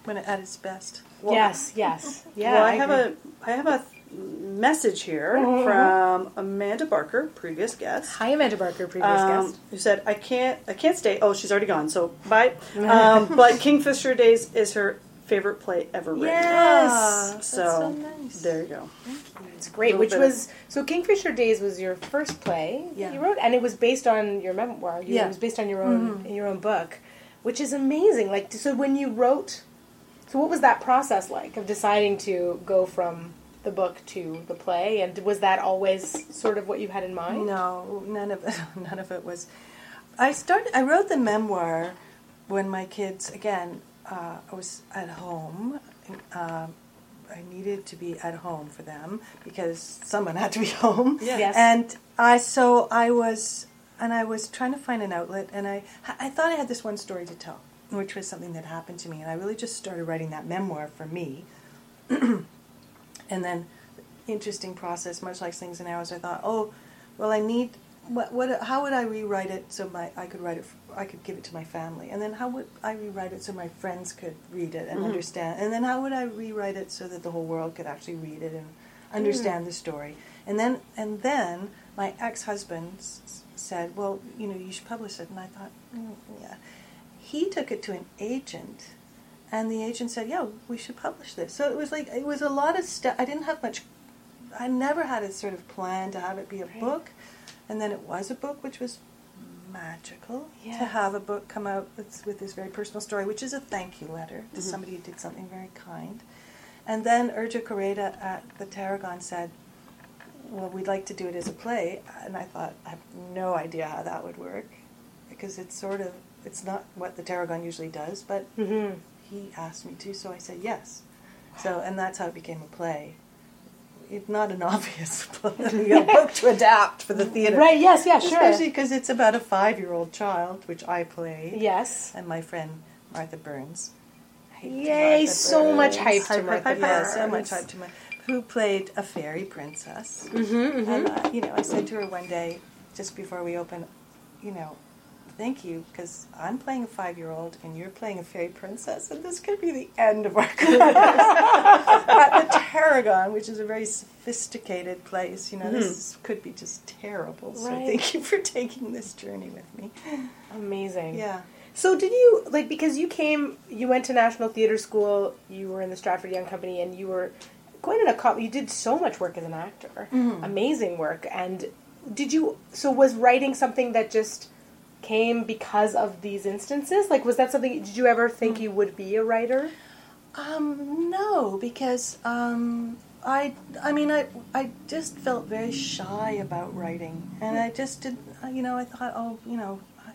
Speaker 3: when it at its best.
Speaker 2: Well,
Speaker 1: yes. Yes. Yeah.
Speaker 2: well, I, have
Speaker 1: agree. Mm-hmm,
Speaker 2: a I have a th- message here from Amanda Barker, previous guest.
Speaker 1: Hi, Amanda Barker, previous
Speaker 2: um,
Speaker 1: guest.
Speaker 2: Who said I can't? I can't stay. Oh, she's already gone. So bye. Um, but Kingfisher Days is her favorite play ever written.
Speaker 1: Yes.
Speaker 3: Ah, that's
Speaker 2: So,
Speaker 3: so nice.
Speaker 2: there you go.
Speaker 1: It's great.
Speaker 2: little
Speaker 1: Which
Speaker 2: bit of-
Speaker 1: was so Kingfisher Days was your first play
Speaker 3: Yeah.
Speaker 1: that you wrote, and it was based on your memoir. You- It
Speaker 3: Yeah.
Speaker 1: was based on your
Speaker 2: Mm-hmm.
Speaker 1: own in your own book, which is amazing. Like so, when you wrote, so what was that process like of deciding to go from the book to the play, and was that always sort of what you had in mind?
Speaker 3: No, none of none of it was. I started. I wrote the memoir when my kids again. Uh, I was at home. Um, I needed to be at home for them because someone had to be home.
Speaker 2: Yeah.
Speaker 1: Yes.
Speaker 3: And I so I was and I was trying to find an outlet, and I I thought I had this one story to tell, which was something that happened to me, and I really just started writing that memoir for me. and then interesting process much like slings and arrows i thought oh well i need what, what how would i rewrite it so my i could write it f- i could give it to my family and then how would i rewrite it so my friends could read it and understand and then how would i rewrite it so that the whole world could actually read it and understand the story and then and then my ex-husband s- s- said well you know you should publish it and i thought mm, yeah he took it to an agent and the agent said, "Yeah, we should publish this." So it was like it was a lot of stuff. I didn't have much. I never had a sort of plan to have it be a
Speaker 1: Right.
Speaker 3: book, and then it was a book, which was magical to
Speaker 1: Yes.
Speaker 3: have a book come out with, with this very personal story, which is a thank you letter
Speaker 1: Mm-hmm.
Speaker 3: to somebody who did something very kind. And then Urja Correda at the Tarragon said, "Well, we'd like to do it as a play," and I thought, "I have no idea how that would work, because it's sort of." It's not what the tarragon usually does, but
Speaker 1: Mm-hmm.
Speaker 3: he asked me to, so I said yes. So, and that's how it became a play. It's not an obvious play, you know, book to adapt for the theater,
Speaker 1: Right. Yes. Yeah. Sure.
Speaker 3: Especially because it's about a five-year-old child, which I play,
Speaker 1: yes.
Speaker 3: and my friend Martha Burns. Hyped
Speaker 1: Yay!
Speaker 3: Martha
Speaker 1: So much
Speaker 3: Burns.
Speaker 1: hype to
Speaker 2: Hype,
Speaker 1: Martha
Speaker 2: hype, hype,
Speaker 3: Yeah,
Speaker 1: Burns.
Speaker 2: hype.
Speaker 3: so much
Speaker 1: Mm-hmm,
Speaker 3: hype to my, who played a fairy princess. And, uh, you know, I said to her one day, just before we open, you know, thank you because I'm playing a five year old and you're playing a fairy princess, and this could be the end of our careers. At the Tarragon, which is a very sophisticated place, you know, this could be just terrible. So
Speaker 1: Mm-hmm. Right.
Speaker 3: thank you for taking this journey with me.
Speaker 1: Amazing.
Speaker 3: Yeah.
Speaker 1: So did you like because you came you went to National Theatre School, you were in the Stratford Young Company and you were going in a co- you did so much work as an actor. Amazing work. And did you so was writing something that just came because of these instances? Like was that something did you ever think you would be a writer?
Speaker 3: Um, no, because um, I, I mean, I, I just felt very shy about writing, and I just did, not you know, I thought, oh, you know, I,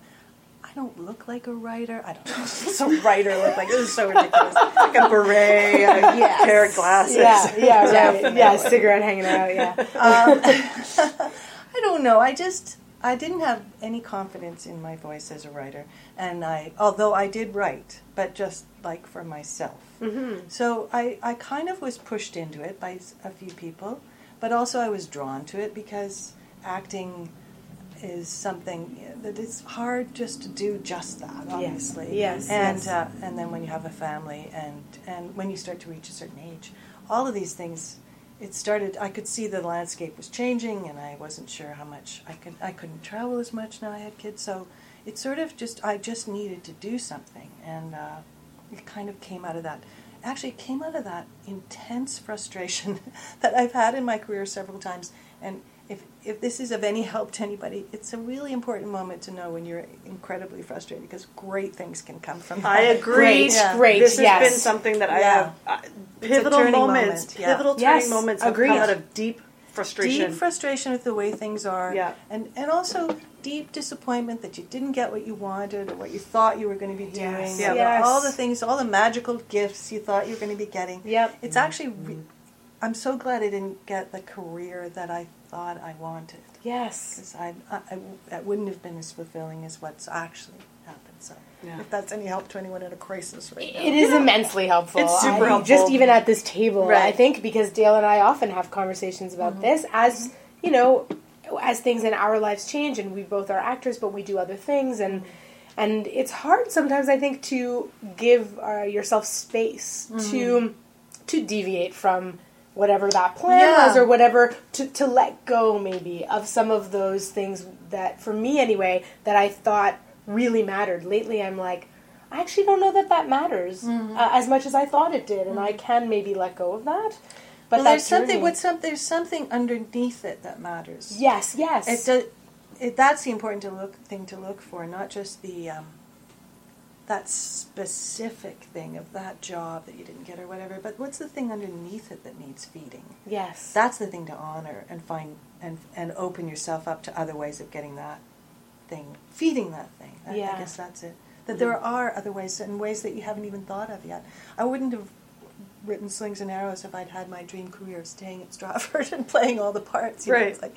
Speaker 3: I don't look like a writer. I don't know what a writer look like. This is so ridiculous.
Speaker 2: Like a beret and a
Speaker 3: Yes.
Speaker 2: pair of glasses.
Speaker 1: Yeah, yeah, right.
Speaker 3: Definitely.
Speaker 1: Yeah, cigarette hanging out, yeah.
Speaker 3: I don't know. I just I didn't have any confidence in my voice as a writer, and I although I did write, but just like for myself. Mm-hmm. So I I kind of was pushed into it by s- a few people, but also I was drawn to it because acting is something that it's hard just to do just that obviously
Speaker 1: Yes,
Speaker 3: and
Speaker 1: yes.
Speaker 3: Uh, and then when you have a family and and when you start to reach a certain age all of these things it started i could see the landscape was changing and i wasn't sure how much i could i couldn't travel as much now i had kids so it sort of just i just needed to do something and uh, it kind of came out of that actually it came out of that intense frustration that i've had in my career several times and if, if this is of any help to anybody, it's a really important moment to know when you're incredibly frustrated because great things can come from that.
Speaker 2: I agree.
Speaker 1: Great,
Speaker 3: Yeah.
Speaker 1: great,
Speaker 2: This has
Speaker 1: yes.
Speaker 2: been something that I
Speaker 3: Yeah.
Speaker 2: have uh, pivotal
Speaker 3: turning
Speaker 2: moments,
Speaker 3: moment, yeah.
Speaker 2: pivotal
Speaker 1: Yes,
Speaker 2: turning moments have
Speaker 1: agreed.
Speaker 2: come out of deep frustration.
Speaker 3: Deep frustration with the way things are,
Speaker 2: Yeah.
Speaker 3: and and also deep disappointment that you didn't get what you wanted or what you thought you were going to be doing.
Speaker 1: Yes.
Speaker 2: Yeah.
Speaker 3: or all
Speaker 1: Yes.
Speaker 3: the things, all the magical gifts you thought you were going to be getting.
Speaker 1: Yep.
Speaker 3: It's actually, re- I'm so glad I didn't get the career that I thought I wanted
Speaker 1: Yes.
Speaker 3: because I, I, I that wouldn't have been as fulfilling as what's actually happened. So.
Speaker 2: Yeah.
Speaker 3: If that's any help to anyone in a crisis right now.
Speaker 1: It is immensely helpful.
Speaker 2: It's super
Speaker 1: I-
Speaker 2: helpful.
Speaker 1: Just even at this table, I
Speaker 3: Right.
Speaker 1: think, because Dale and I often have conversations about
Speaker 2: Mm-hmm.
Speaker 1: this as, you know, as things in our lives change and we both are actors but we do other things and and it's hard sometimes I think to give uh, yourself space
Speaker 2: Mm-hmm.
Speaker 1: to to deviate from whatever that plan
Speaker 3: Yeah.
Speaker 1: was or whatever to, to let go maybe of some of those things that for me anyway that i thought really mattered lately i'm like i actually don't know that that matters
Speaker 3: Mm-hmm.
Speaker 1: uh, as much as i thought it did and i can maybe let go of that but that's
Speaker 3: well, there's something.
Speaker 1: journey-
Speaker 3: What's some, there's something underneath it that matters.
Speaker 1: yes yes
Speaker 3: It does. It, that's the important to look thing to look for, not just the um, that specific thing of that job that you didn't get or whatever, but what's the thing underneath it that needs feeding?
Speaker 1: yes
Speaker 3: That's the thing to honor and find and and open yourself up to other ways of getting that thing, feeding that thing. I,
Speaker 1: Yeah. Mm.
Speaker 3: I guess that's it. That there are other ways and ways that you haven't even thought of yet. I wouldn't have written Slings and Arrows if I'd had my dream career of staying at Stratford and playing all the parts. You Know?
Speaker 2: Right.
Speaker 3: It's like,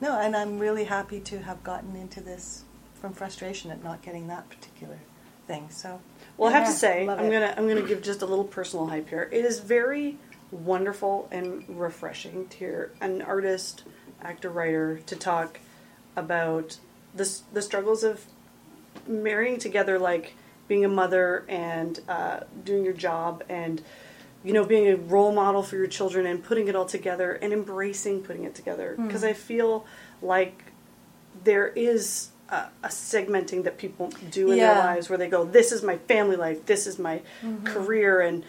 Speaker 3: no, and I'm really happy to have gotten into this from frustration at not getting that particular thing. So,
Speaker 2: Well, I have
Speaker 1: Yeah,
Speaker 2: to say,
Speaker 1: love
Speaker 2: I'm
Speaker 1: it.
Speaker 2: gonna I'm gonna give just a little personal hype here. It is very wonderful and refreshing to hear an artist, actor, writer to talk about the s- the struggles of marrying together, like being a mother and uh, doing your job and you know being a role model for your children and putting it all together and embracing putting it together because I feel like there is a, a segmenting that people do in their
Speaker 3: Yeah.
Speaker 2: lives where they go this is my family life this is my career and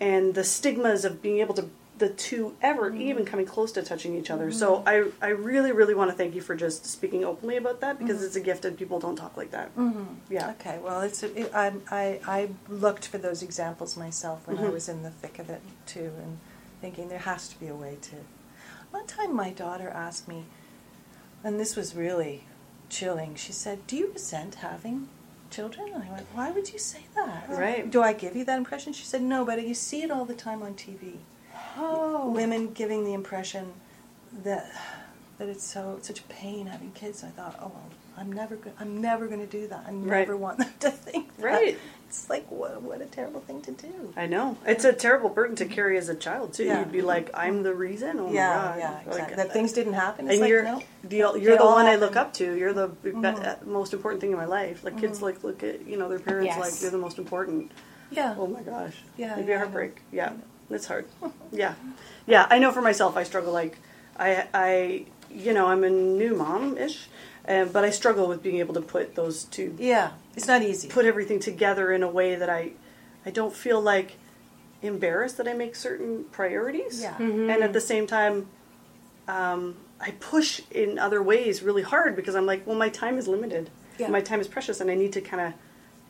Speaker 2: and the stigmas of being able to the two ever even coming close to touching each other so i i really really want to thank you for just speaking openly about that because it's a gift and people don't talk like that yeah
Speaker 3: okay, well, it's it, I, I I looked for those examples myself when
Speaker 2: Mm-hmm.
Speaker 3: I was in the thick of it too, and thinking there has to be a way to. One time, my daughter asked me, and this was really chilling. She said, "Do you resent having?" Children, and I went. Why would you say that?
Speaker 2: Right.
Speaker 3: Do I give you that impression? She said, "No, but you see it all the time on TV."
Speaker 1: oh
Speaker 3: women giving the impression that that it's so such a pain having kids. I thought, oh, well, I'm never, go- I'm never going to do that. I
Speaker 2: Right.
Speaker 3: never want them to think that.
Speaker 2: Right.
Speaker 3: It's like what, what a terrible thing to do.
Speaker 2: I know it's a terrible burden to carry as a child too.
Speaker 3: Yeah.
Speaker 2: You'd be like, "I'm the reason." Oh
Speaker 3: yeah,
Speaker 2: my God.
Speaker 3: yeah,
Speaker 2: Like,
Speaker 3: exactly. that things didn't happen. It's
Speaker 2: and
Speaker 3: like,
Speaker 2: you're
Speaker 3: no.
Speaker 2: the, you're
Speaker 3: They
Speaker 2: the
Speaker 3: all Mm-hmm.
Speaker 2: one I
Speaker 3: happen.
Speaker 2: look up to. You're the be- most important thing in my life. Like
Speaker 3: Mm-hmm.
Speaker 2: kids, like look at you know their parents
Speaker 1: Yes.
Speaker 2: like you're the most important.
Speaker 3: Yeah.
Speaker 2: Oh my gosh.
Speaker 3: Uh-huh. Yeah,
Speaker 2: It'd be
Speaker 3: yeah, I
Speaker 2: a
Speaker 3: know.
Speaker 2: heartbreak. Yeah. It's hard. Yeah. Yeah. I know for myself, I struggle. Like, I, I, you know, I'm a new mom ish, um, but I struggle with being able to put those two,
Speaker 3: yeah. It's not easy.
Speaker 2: put everything together in a way that I, I don't feel like embarrassed that I make certain priorities.
Speaker 3: Yeah.
Speaker 2: And at the same time, um, I push in other ways really hard because I'm like, well, my time is limited.
Speaker 3: Yeah.
Speaker 2: My time is precious, and I need to kind of.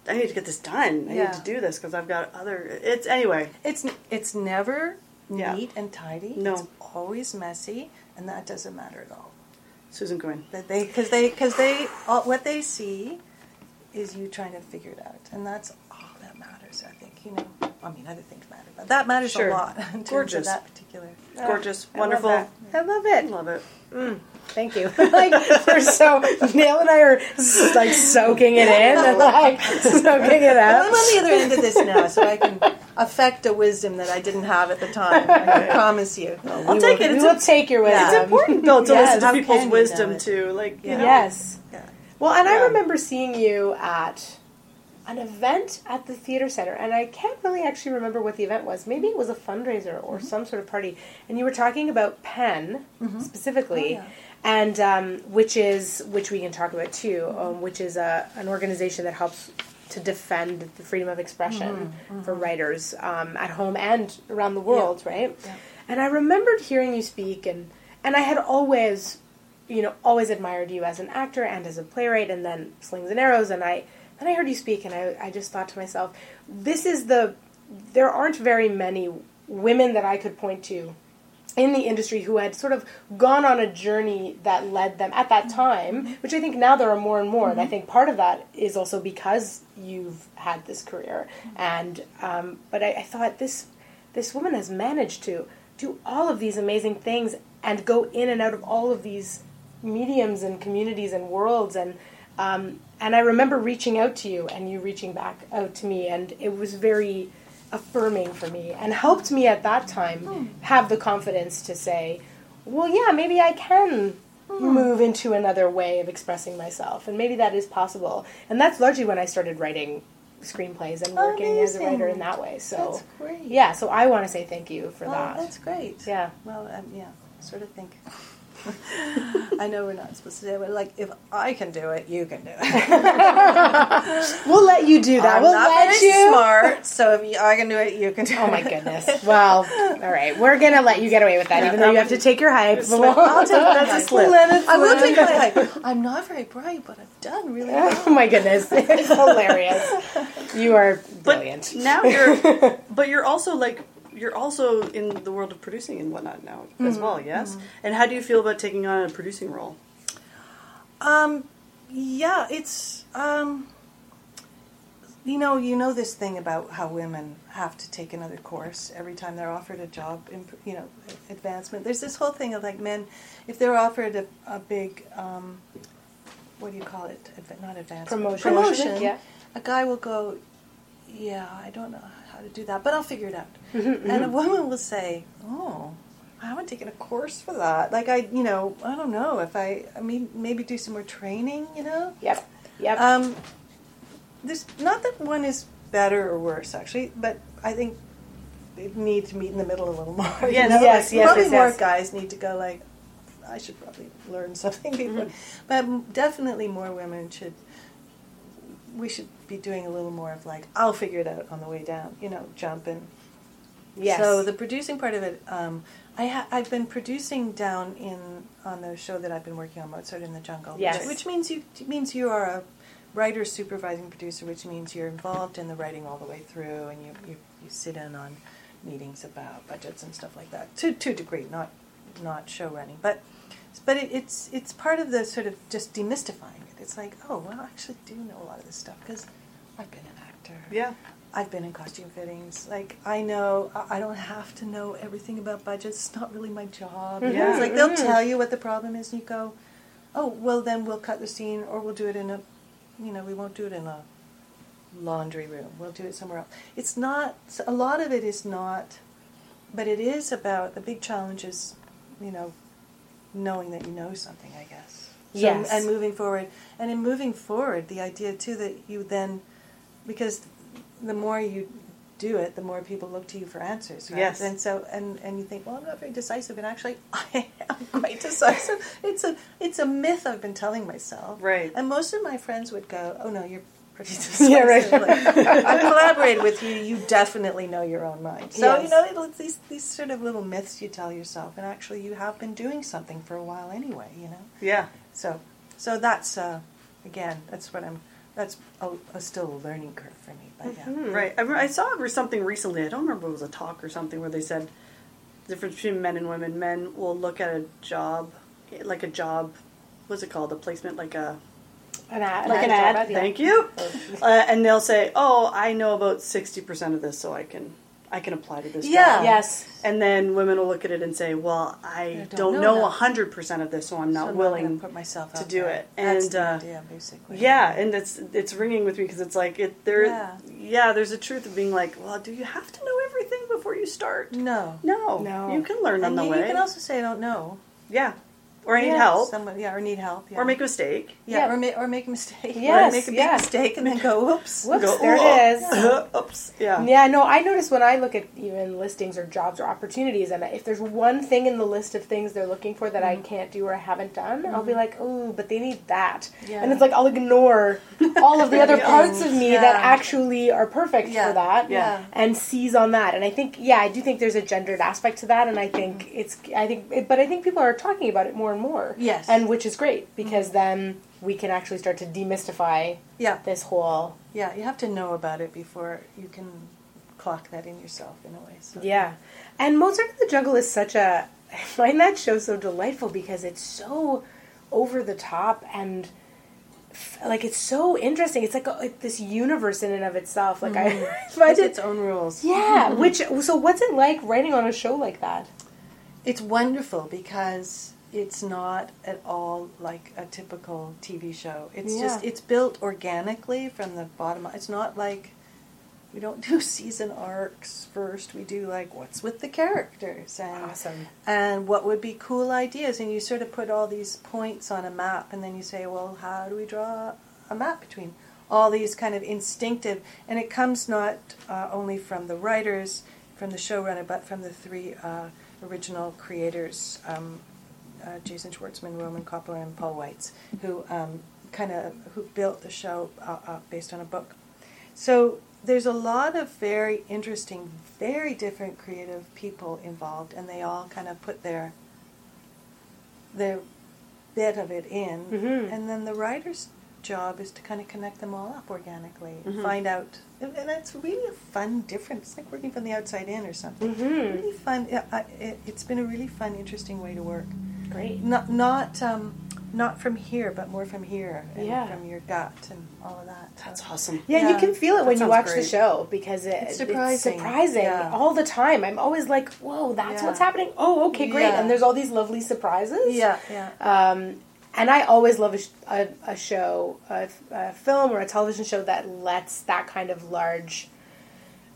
Speaker 2: I need to get this done. I
Speaker 3: Yeah.
Speaker 2: need to do this because I've got other. It's anyway.
Speaker 3: It's it's never
Speaker 2: Yeah.
Speaker 3: neat and tidy.
Speaker 2: No.
Speaker 3: It's always messy, and that doesn't matter at all.
Speaker 2: Susan Cohen.
Speaker 3: That they because they because they all, what they see is you trying to figure it out, and that's all that matters. I think you know. I mean, other things matter, but that matters
Speaker 2: Sure.
Speaker 3: a lot in terms
Speaker 2: Gorgeous.
Speaker 3: of that particular.
Speaker 2: Gorgeous,
Speaker 1: I love
Speaker 2: wonderful.
Speaker 1: that. I love
Speaker 2: I
Speaker 1: it.
Speaker 2: love it.
Speaker 1: Thank you. like we're so Neil and I are s- like soaking it in and like soaking it
Speaker 3: I'm
Speaker 1: up.
Speaker 3: on the other end of this now, so I can affect a wisdom that I didn't have at the time. I can promise you.
Speaker 2: I'll
Speaker 1: We
Speaker 2: take
Speaker 1: will-
Speaker 2: it.
Speaker 1: We
Speaker 2: It's,
Speaker 1: will
Speaker 2: it's
Speaker 1: take your wisdom.
Speaker 3: Yeah. It's
Speaker 2: important though to
Speaker 3: Yes,
Speaker 2: listen
Speaker 3: how
Speaker 2: to people's
Speaker 3: can you
Speaker 2: wisdom
Speaker 3: know it?
Speaker 2: too. Like you
Speaker 3: Yeah.
Speaker 2: know.
Speaker 1: Yes.
Speaker 3: Yeah.
Speaker 1: Well, and I
Speaker 2: Yeah.
Speaker 1: remember seeing you at an event at the theater center, and I can't really actually remember what the event was. Maybe it was a fundraiser or some sort of party, and you were talking about Penn specifically,
Speaker 3: Oh, yeah.
Speaker 1: and um, which is which we can talk about too, um, which is a, an organization that helps to defend the freedom of expression for writers um, at home and around the world, right?
Speaker 3: Mm-hmm, Yeah.
Speaker 1: And I remembered hearing you speak, and and I had always, you know, always admired you as an actor and as a playwright, and then Slings and Arrows, and I then I heard you speak, and I I just thought to myself, this is the there aren't very many women that I could point to in the industry who had sort of gone on a journey that led them at that time, which I think now there are more and more. And I think part of that is also because you've had this career. And um, but I, I thought this this woman has managed to do all of these amazing things and go in and out of all of these mediums and communities and worlds and um, and I remember reaching out to you and you reaching back out to me and it was very affirming for me and helped me at that time
Speaker 3: Hmm.
Speaker 1: have the confidence to say, well, yeah, maybe I can
Speaker 3: Hmm.
Speaker 1: move into another way of expressing myself, and maybe that is possible. And that's largely when I started writing screenplays and working as a writer in
Speaker 3: Amazing.
Speaker 1: that way. So,
Speaker 3: That's great.
Speaker 1: yeah, so I want to say thank you for
Speaker 3: Oh,
Speaker 1: that.
Speaker 3: that's great.
Speaker 1: Yeah.
Speaker 3: Well, um, yeah, sort of think. I know we're not supposed to say, it, but like, if I can do it, you can do it.
Speaker 1: We'll let you do that.
Speaker 3: I'm
Speaker 1: we'll
Speaker 3: not
Speaker 1: let
Speaker 3: very
Speaker 1: you.
Speaker 3: smart, so if you, I can do it, you can do
Speaker 1: Oh
Speaker 3: it.
Speaker 1: my goodness. Well, all right. We're going to let you get away with that, even though you have to take your hype. But we'll-
Speaker 2: I'll take that as a slip.
Speaker 3: I will take my hype. I'm not very bright, but I've done really well.
Speaker 1: Oh my goodness. It's hilarious. You are brilliant.
Speaker 2: Now you're, but you're also like you're also in the world of producing and whatnot now as well. Yes. And how do you feel about taking on a producing role?
Speaker 3: Um, yeah, it's um, you know, you know this thing about how women have to take another course every time they're offered a job, in, you know, advancement. There's this whole thing of like men, if they're offered a, a big, um, what do you call it? Adva- not advancement,
Speaker 1: Promotion.
Speaker 3: Promotion.
Speaker 1: Yeah.
Speaker 3: A guy will go, yeah, I don't know how to do that, but I'll figure it out.
Speaker 1: Mm-hmm,
Speaker 3: and a woman will say, oh, I haven't taken a course for that. Like I, you know, I don't know if I, I mean, maybe do some more training, you know.
Speaker 1: Yep. Yep.
Speaker 3: Um, there's not that one is better or worse actually, but I think they need to meet in the middle a little more. you
Speaker 2: Yes,
Speaker 3: know?
Speaker 1: yes,
Speaker 3: Like,
Speaker 1: yes,
Speaker 3: Probably
Speaker 1: yes,
Speaker 3: more
Speaker 1: yes.
Speaker 3: guys need to go like, I should probably learn something
Speaker 1: Mm-hmm.
Speaker 3: before, but definitely more women should. We should be doing a little more of like, I'll figure it out on the way down. You know, jump and
Speaker 1: yes.
Speaker 3: so the producing part of it, um, I ha- I've been producing down in on the show that I've been working on, Mozart in the Jungle. which-
Speaker 1: Yes.
Speaker 3: Which, means you means you are a writer supervising producer, which means you're involved in the writing all the way through, and you you, you sit in on meetings about budgets and stuff like that to to a degree, not not show running, but but it, it's it's part of the sort of just demystifying it. It's like, oh well, I actually do know a lot of this stuff because I've been an actor.
Speaker 2: Yeah.
Speaker 3: I've been in costume fittings. Like I know I I don't have to know everything about budgets. It's not really my job. You know,
Speaker 2: Yeah.
Speaker 3: It's like they'll tell you what the problem is, and you go, "Oh, well, then we'll cut the scene, or we'll do it in a, you know, we won't do it in a laundry room. We'll do it somewhere else." It's not a lot of it is not, but it is about the big challenge is, you know, knowing that you know something. I guess. So,
Speaker 1: Yes.
Speaker 3: And moving forward, and in moving forward, the idea too that you then because the more you do it, the more people look to you for answers. Right?
Speaker 2: Yes.
Speaker 3: And so, and and you think, well, I'm not very decisive, and actually, I am quite decisive. it's a it's a myth I've been telling myself.
Speaker 2: Right.
Speaker 3: And most of my friends would go, oh no, you're pretty decisive.
Speaker 1: Yeah, right.
Speaker 3: Like, I collaborated with you. You definitely know your own mind. So
Speaker 1: Yes.
Speaker 3: you know, it'll- it's these these sort of little myths you tell yourself, and actually, you have been doing something for a while anyway. You know.
Speaker 2: Yeah.
Speaker 3: So, so that's uh, again, that's what I'm. That's a, a still a learning curve for me. But
Speaker 2: Mm-hmm.
Speaker 3: yeah,
Speaker 2: Right. I, remember, I saw re- something recently. I don't remember if it was a talk or something where they said the difference between men and women. Men will look at a job, like a job. What's it called? A placement, like a
Speaker 1: An ad,
Speaker 2: like an
Speaker 1: job
Speaker 2: ad. Thank you. uh, and they'll say, "Oh, I know about sixty percent of this, so I can I can apply to this
Speaker 3: Yeah.
Speaker 2: job."
Speaker 1: Yes.
Speaker 2: And then women will look at it and say, "Well, I,
Speaker 3: I
Speaker 2: don't,
Speaker 3: don't
Speaker 2: know
Speaker 3: know that."
Speaker 2: hundred percent of this, so I'm
Speaker 3: So
Speaker 2: not
Speaker 3: I'm
Speaker 2: willing
Speaker 3: gonna put myself
Speaker 2: to
Speaker 3: out
Speaker 2: do
Speaker 3: there.
Speaker 2: it.
Speaker 3: That's
Speaker 2: And,
Speaker 3: the
Speaker 2: uh,
Speaker 3: idea, basically.
Speaker 2: Yeah, and it's it's ringing with me because it's like it there. Yeah.
Speaker 3: Yeah.
Speaker 2: there's a truth of being like, well, do you have to know everything before you start?
Speaker 3: no,
Speaker 2: No,
Speaker 1: No.
Speaker 2: you can learn on
Speaker 3: and
Speaker 2: the
Speaker 3: you,
Speaker 2: way.
Speaker 3: you can also say I don't know.
Speaker 2: yeah, or I need
Speaker 1: Yeah,
Speaker 2: help,
Speaker 3: Someone, yeah, or need help. Yeah.
Speaker 2: or make a mistake.
Speaker 3: yeah,
Speaker 1: Yeah.
Speaker 3: or make or make a mistake. or
Speaker 1: Yes,
Speaker 3: make a big
Speaker 1: yeah.
Speaker 3: mistake and then go, oops.
Speaker 1: Whoops,
Speaker 2: Go,
Speaker 1: there it is.
Speaker 2: "Oh, uh, oops, yeah,
Speaker 1: Yeah, no, I notice when I look at even listings or jobs or opportunities, and if there's one thing in the list of things they're looking for that I can't do or I haven't done, I'll be like, oh, but they need that.
Speaker 3: Yeah.
Speaker 1: And it's like I'll ignore all of the other parts of me that
Speaker 3: Yeah.
Speaker 1: actually are perfect
Speaker 3: Yeah.
Speaker 1: for that.
Speaker 2: Yeah.
Speaker 1: And seize on that, and I think, yeah, I do think there's a gendered aspect to that, and I think it's, I think, it, but I think people are talking about it more and more,
Speaker 3: Yes.
Speaker 1: and which is great because then we can actually start to demystify
Speaker 3: Yeah,
Speaker 1: this whole,
Speaker 3: yeah. You have to know about it before you can clock that in yourself in a way. So.
Speaker 1: Yeah. And Mozart in the Jungle is such a. I find that show so delightful because it's so over the top and. f- Like it's so interesting. It's like, a, like this universe in and of itself. Like I find
Speaker 3: Has
Speaker 1: it,
Speaker 3: Mm-hmm. its own rules.
Speaker 1: yeah. Which so, what's it like writing on a show like that?
Speaker 3: It's wonderful because it's not at all like a typical TV show. It's
Speaker 1: Yeah.
Speaker 3: just it's built organically from the bottom. up. It's not like we don't do season arcs first. We do like what's with the characters and
Speaker 1: Awesome.
Speaker 3: and what would be cool ideas and you sort of put all these points on a map and then you say, well, how do we draw a map between all these kind of instinctive and it comes not uh, only from the writers, from the showrunner, but from the three uh, original creators um, uh, Jason Schwartzman, Roman Coppola, and Paul Weitz, who um, kind of who built the show uh, uh, based on a book. So there's a lot of very interesting, very different creative people involved, and they all kind of put their their bit of it in,
Speaker 1: Mhm.
Speaker 3: and then the writer's job is to kind of connect them all up organically, find out, and, and that's really a fun difference. It's like working from the outside in or something.
Speaker 1: Mhm.
Speaker 3: Really fun. yeah, I- It, it's been a really fun, interesting way to work.
Speaker 1: Great.
Speaker 3: Not not um, not from here, but more from here and
Speaker 1: Yeah.
Speaker 3: from your gut and all of that.
Speaker 2: that's
Speaker 3: So-
Speaker 2: awesome.
Speaker 1: Yeah, you
Speaker 3: Yeah.
Speaker 1: can feel it when
Speaker 2: That
Speaker 1: you
Speaker 2: sounds
Speaker 1: watch the
Speaker 2: great.
Speaker 1: show because it, it's
Speaker 3: It's
Speaker 1: surprising,
Speaker 3: surprising. Yeah.
Speaker 1: all the time. I'm always like, whoa, that's
Speaker 3: Yeah.
Speaker 1: what's happening. Oh, okay, great.
Speaker 3: Yeah.
Speaker 1: And there's all these lovely surprises.
Speaker 3: Yeah, yeah.
Speaker 1: Um, and I always love a, sh- a, a show, a, a film or a television show that lets that kind of large,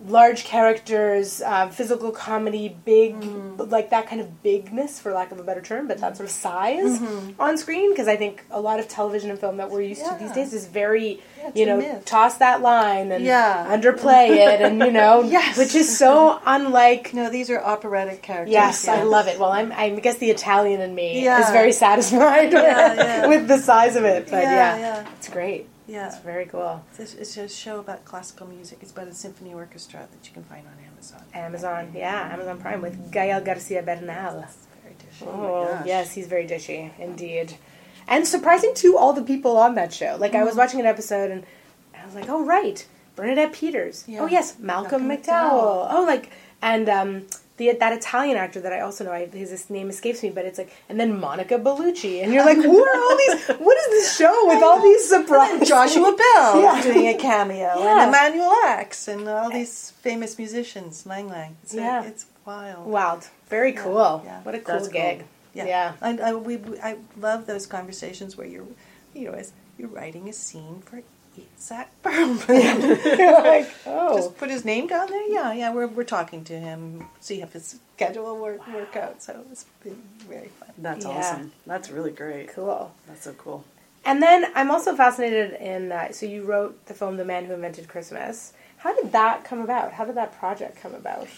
Speaker 1: large characters, uh, physical comedy, big,
Speaker 3: Mm.
Speaker 1: like that kind of bigness, for lack of a better term, but that sort of size on screen. Because I think a lot of television and film that we're used to these
Speaker 3: Mm-hmm. Yeah.
Speaker 1: days is very,
Speaker 3: Yeah, it's
Speaker 1: you
Speaker 3: a
Speaker 1: know,
Speaker 3: myth.
Speaker 1: toss that line and
Speaker 3: Yeah.
Speaker 1: underplay it, and you know,
Speaker 3: Yes.
Speaker 1: which is so unlike
Speaker 3: No, these are operatic characters.
Speaker 1: Yes, I
Speaker 3: yeah.
Speaker 1: love it. Well, I'm, I guess the Italian in me
Speaker 3: Yeah.
Speaker 1: is very satisfied
Speaker 3: Yeah,
Speaker 1: with,
Speaker 3: yeah.
Speaker 1: with the size of it. But yeah,
Speaker 3: Yeah, yeah.
Speaker 1: it's great.
Speaker 3: Yeah,
Speaker 1: It's very cool.
Speaker 3: it's, it's a show about classical music. It's about a symphony orchestra that you can find on Amazon.
Speaker 1: Amazon, yeah, Amazon Prime with Gael Garcia Bernal.
Speaker 3: It's very dishy.
Speaker 1: Oh,
Speaker 2: gosh.
Speaker 1: yes, he's very dishy, indeed. And surprising to all the people on that show. Like, I was watching an episode and I was like, oh, right, Bernadette Peters.
Speaker 3: Yeah.
Speaker 1: Oh, yes, Malcolm,
Speaker 3: Malcolm
Speaker 1: McDowell.
Speaker 3: McDowell.
Speaker 1: Oh, like, and um, the that Italian actor that I also know, I, his, his name escapes me, but it's like, and then Monica Bellucci, and you're like, who are all these? What is this show with all these surprises?
Speaker 3: Joshua Bell
Speaker 1: Yeah.
Speaker 3: doing a cameo,
Speaker 1: Yeah.
Speaker 3: and Emmanuel Axe, and all these famous musicians, Lang Lang. It's,
Speaker 1: Yeah.
Speaker 3: it's wild.
Speaker 1: Wild, very cool.
Speaker 3: Yeah.
Speaker 1: What a cool
Speaker 2: That's cool.
Speaker 1: gig.
Speaker 3: Yeah,
Speaker 1: yeah.
Speaker 3: I, I, we, we- I love those conversations where you're, you know, as you're writing a scene for Zach Perlman.
Speaker 1: You're like, oh,
Speaker 3: Just put his name down there. Yeah, yeah, we're, we're talking to him, see if his schedule will work, work out. So it's been very fun.
Speaker 2: That's
Speaker 1: Yeah.
Speaker 2: awesome. That's really great.
Speaker 1: cool.
Speaker 2: That's so cool.
Speaker 1: And then I'm also fascinated in. Uh, so you wrote the film "The Man Who Invented Christmas." How did that come about? How did that project come about?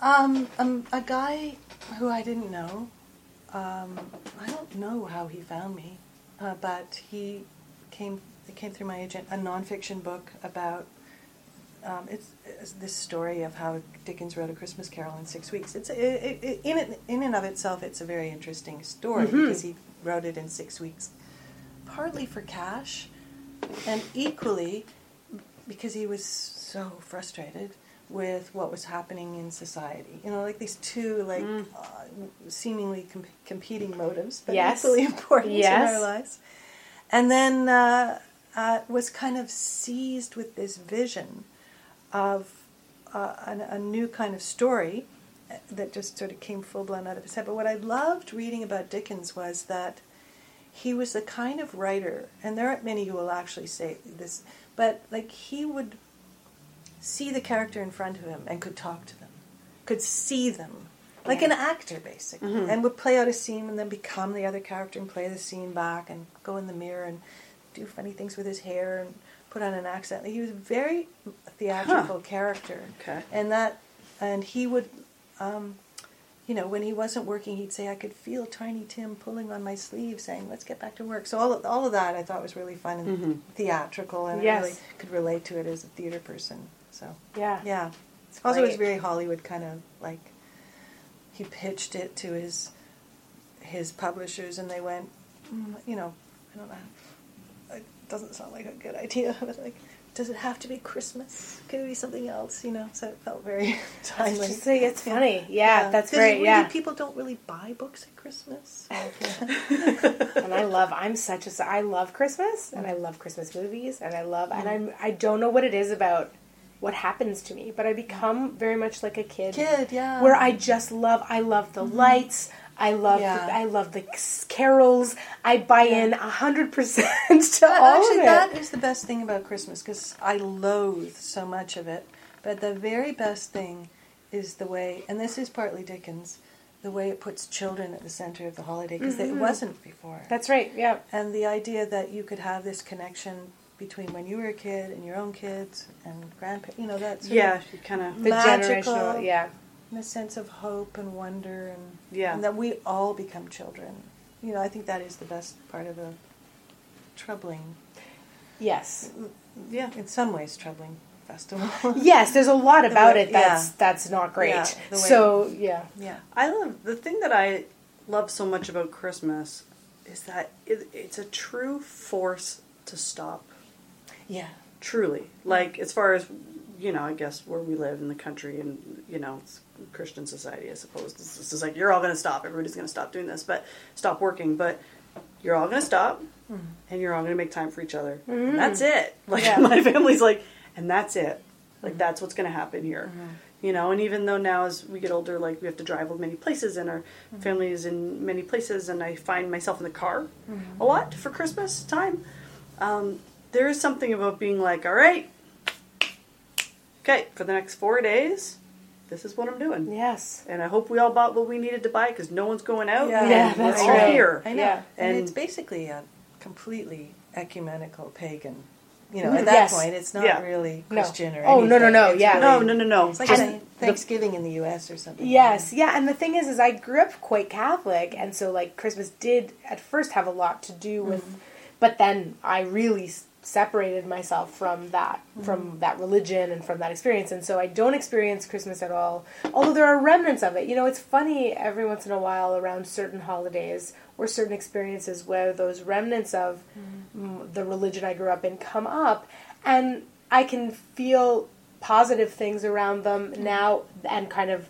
Speaker 3: Um, um, a guy who I didn't know. Um, I don't know how he found me, uh, but he came. It came through my agent. A nonfiction book about um, it's, it's this story of how Dickens wrote a Christmas Carol in six weeks. It's it, it, it, in it, in and of itself, it's a very interesting story because he wrote it in six weeks, partly for cash, and equally because he was so frustrated with what was happening in society. You know, like these two like uh, seemingly com- competing motives, but
Speaker 1: Yes.
Speaker 3: equally important in
Speaker 1: Yes.
Speaker 3: our lives. And then uh, uh, was kind of seized with this vision of uh, an, a new kind of story uh, that just sort of came full blown out of his head. But what I loved reading about Dickens was that he was the kind of writer, and there aren't many who will actually say this, but like he would see the character in front of him and could talk to them, could see them, like an actor basically, and would play out a scene and then become the other character and play the scene back and go in the mirror and do funny things with his hair and put on an accent. He was a very theatrical character,
Speaker 2: Okay.
Speaker 3: and that, and he would. Um, you know, when he wasn't working, he'd say, "I could feel Tiny Tim pulling on my sleeve, saying, let's get back to work.'" So all of, all of that I thought was really fun and theatrical, and
Speaker 1: Yes.
Speaker 3: I really could relate to it as a theater person. So
Speaker 1: Yeah.
Speaker 3: yeah, also it was
Speaker 1: great.
Speaker 3: very Hollywood kind of like he pitched it to his his publishers, and they went, mm, you know, I don't know, it doesn't sound like a good idea, but like. Does it have to be Christmas? Could it be something else? You know, so it felt very
Speaker 1: It's
Speaker 3: timely.
Speaker 1: just like, it's funny. Yeah, that's
Speaker 3: 'Cause
Speaker 1: great.
Speaker 3: really
Speaker 1: Yeah.
Speaker 3: people don't really buy books at Christmas.
Speaker 1: and I love. I'm such a. I love Christmas, and I love Christmas movies, and I love. And I'm. I don't know what it is about what happens to me, but I become very much like a kid.
Speaker 3: Kid, yeah.
Speaker 1: Where I just love. I love the lights. I love.
Speaker 3: Yeah.
Speaker 1: The, I love the s- carols. I buy in a hundred percent to
Speaker 3: But
Speaker 1: all
Speaker 3: actually,
Speaker 1: of it.
Speaker 3: that is the best thing about Christmas because I loathe so much of it. But the very best thing is the way, and this is partly Dickens, the way it puts children at the center of the holiday because
Speaker 2: Mm-hmm.
Speaker 3: it wasn't before.
Speaker 1: That's right. Yeah.
Speaker 3: and the idea that you could have this connection between when you were a kid and your own kids and grandparents, you know, that sort
Speaker 2: Yeah,
Speaker 3: of
Speaker 2: you kind of.
Speaker 1: The
Speaker 3: Magical.
Speaker 1: generational. Yeah.
Speaker 3: and a sense of hope and wonder and,
Speaker 2: Yeah.
Speaker 3: and that we all become children. You know, I think that is the best part of a troubling,
Speaker 1: Yes.
Speaker 2: Yeah.
Speaker 3: in some ways troubling festival.
Speaker 1: Yes. There's a lot about
Speaker 3: way-
Speaker 1: it that's
Speaker 3: yeah.
Speaker 1: that's not great.
Speaker 3: Yeah, the way-
Speaker 1: so yeah.
Speaker 3: yeah.
Speaker 2: I love the thing that I love so much about Christmas is that it, it's a true force to stop.
Speaker 3: Yeah.
Speaker 2: Truly, like as far as you know, I guess where we live in the country and you know it's Christian society, I suppose it's just like you're all going to stop. Everybody's going to stop doing this, but stop working. But you're all going to stop,
Speaker 1: Hmm.
Speaker 2: and you're all going to make time for each other. And that's it. Like
Speaker 1: Yeah. Hmm.
Speaker 2: my family's like, and that's it. Like that's what's going to happen here.
Speaker 1: Uh-huh.
Speaker 2: You know, and even though now as we get older, like we have to drive many places, and our
Speaker 1: Hmm.
Speaker 2: family is in many places, and I find myself in the car
Speaker 1: Hmm.
Speaker 2: a lot for Christmas time. Um, there is something about being like, all right, okay, for the next four days, this is what I'm doing.
Speaker 1: Yes.
Speaker 2: And I hope we all bought what we needed to buy because no one's going out.
Speaker 3: Oh, Yeah.
Speaker 1: Yeah,
Speaker 2: We're
Speaker 1: that's
Speaker 2: all
Speaker 1: right.
Speaker 2: here.
Speaker 3: I know.
Speaker 1: Yeah.
Speaker 3: And,
Speaker 2: And-
Speaker 3: it's basically a completely ecumenical pagan. You know, at that
Speaker 1: Yes.
Speaker 3: point, it's not
Speaker 2: Yeah.
Speaker 3: really
Speaker 1: No.
Speaker 3: Christian or
Speaker 1: Oh, no, no,
Speaker 3: anything.
Speaker 1: no,
Speaker 3: It's
Speaker 1: yeah.
Speaker 3: really-
Speaker 2: No, no, no, no.
Speaker 3: It's like
Speaker 2: Just-
Speaker 3: saying Thanksgiving in the U.S. or something.
Speaker 1: Yes, yeah, and the thing is, is I grew up quite Catholic, and so like Christmas did at first have a lot to do with, but then I really s- separated myself from that, from that religion and from that experience, and so I don't experience Christmas at all. Although there are remnants of it, you know, it's funny every once in a while around certain holidays or certain experiences where those remnants of mm, the religion I grew up in come up, and I can feel positive things around them now and kind of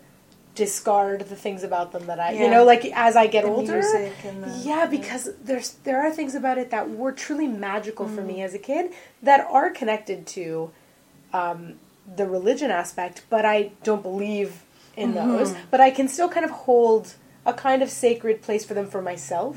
Speaker 1: discard the things about them that I, you
Speaker 3: Yeah.
Speaker 1: know, like as I get
Speaker 3: The uh,
Speaker 1: older.
Speaker 3: music and the-
Speaker 1: yeah, because there's there are things about it that were truly magical for me as a kid that are connected to um, the religion aspect, but I don't believe in those. But I can still kind of hold a kind of sacred place for them for myself,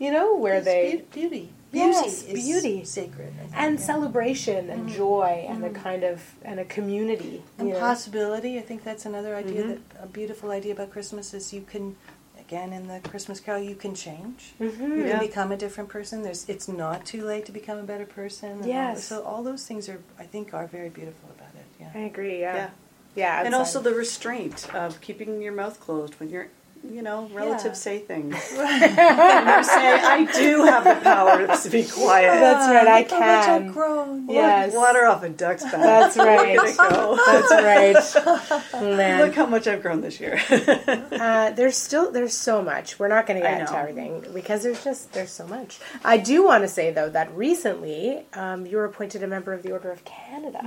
Speaker 1: you know, where they
Speaker 4: It's beau- beauty.
Speaker 1: Yes,
Speaker 4: Beauty is
Speaker 1: beauty.
Speaker 4: sacred. I think,
Speaker 1: and
Speaker 4: yeah.
Speaker 1: celebration and joy and a kind of and a community.
Speaker 3: And
Speaker 1: you know.
Speaker 3: possibility. I think that's another idea
Speaker 1: Mm-hmm.
Speaker 3: that a beautiful idea about Christmas is you can, again in the Christmas Carol, you can change.
Speaker 1: Mm-hmm,
Speaker 3: You
Speaker 2: Yeah.
Speaker 3: can become a different person. There's, it's not too late to become a better person. and all
Speaker 1: Yes.
Speaker 3: this. so all those things are, I think, are very beautiful about it.
Speaker 1: I
Speaker 3: Yeah.
Speaker 1: agree. Yeah.
Speaker 2: Yeah.
Speaker 1: Yeah.
Speaker 2: and
Speaker 1: outside.
Speaker 2: also the restraint of keeping your mouth closed when you're you know relatives
Speaker 3: Yeah.
Speaker 2: say things and you say i do have the power to be quiet
Speaker 1: That's right. I
Speaker 3: Look how Ah, much I've
Speaker 1: can.
Speaker 3: grown.
Speaker 1: Yes.
Speaker 2: water off a duck's back
Speaker 1: That's right.
Speaker 2: Go.
Speaker 1: That's right. Man.
Speaker 2: look how much i've grown this year
Speaker 1: Uh, there's still there's so much. We're not going to
Speaker 2: I
Speaker 1: get into
Speaker 2: know.
Speaker 1: everything because there's just there's so much. I do want to say though that recently um, you were appointed a member of the Order of Canada.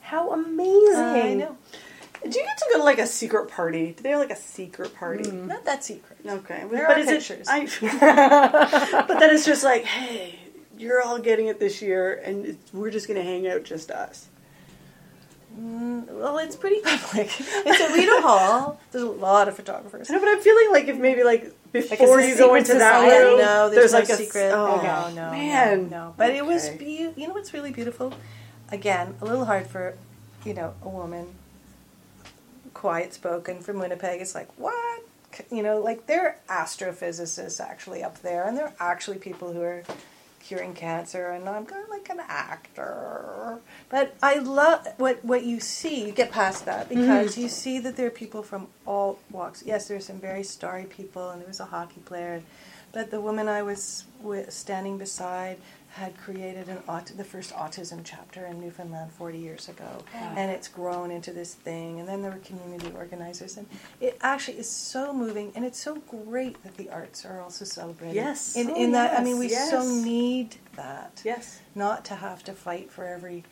Speaker 1: How amazing!
Speaker 3: I know.
Speaker 2: do you get to go to like a secret party do they have like a secret party
Speaker 3: Not that secret.
Speaker 2: okay
Speaker 3: Mm. There
Speaker 2: but
Speaker 3: are
Speaker 2: is
Speaker 3: pictures.
Speaker 2: it I, but then it's just like hey you're all getting it this year and it- we're just gonna hang out just us
Speaker 3: Well, it's pretty public. It's at Rita Hall. There's a lot of photographers.
Speaker 2: no but i'm feeling like if maybe like before
Speaker 1: it's a
Speaker 2: you go
Speaker 1: secret
Speaker 2: into that
Speaker 1: society.
Speaker 2: room
Speaker 3: no, there's, no
Speaker 2: like a
Speaker 3: secret.
Speaker 2: oh,
Speaker 3: no, no,
Speaker 2: man
Speaker 3: no, no. But it was,
Speaker 2: Okay.
Speaker 3: be- you know, what's really beautiful. Again, a little hard for, you know, a woman, quiet spoken from Winnipeg. It's like what, C- you know, like they're astrophysicists actually up there, and they're actually people who are curing cancer, and I'm kind of like an actor. But I love what what you see. You get past that
Speaker 2: Mm-hmm.
Speaker 3: because you see that there are people from all walks. Yes, there's some very starry people, and there was a hockey player, but the woman I was with, standing beside had created an aut- the first autism chapter in Newfoundland 40 years ago, and it's grown into this thing. And then there were community organizers, and it actually is so moving, and it's so great that the arts are also celebrated.
Speaker 2: Yes.
Speaker 3: in,
Speaker 2: Oh,
Speaker 3: in that I mean, we
Speaker 2: yes,
Speaker 3: so
Speaker 2: yes.
Speaker 3: need that
Speaker 2: yes
Speaker 3: not to have to fight for every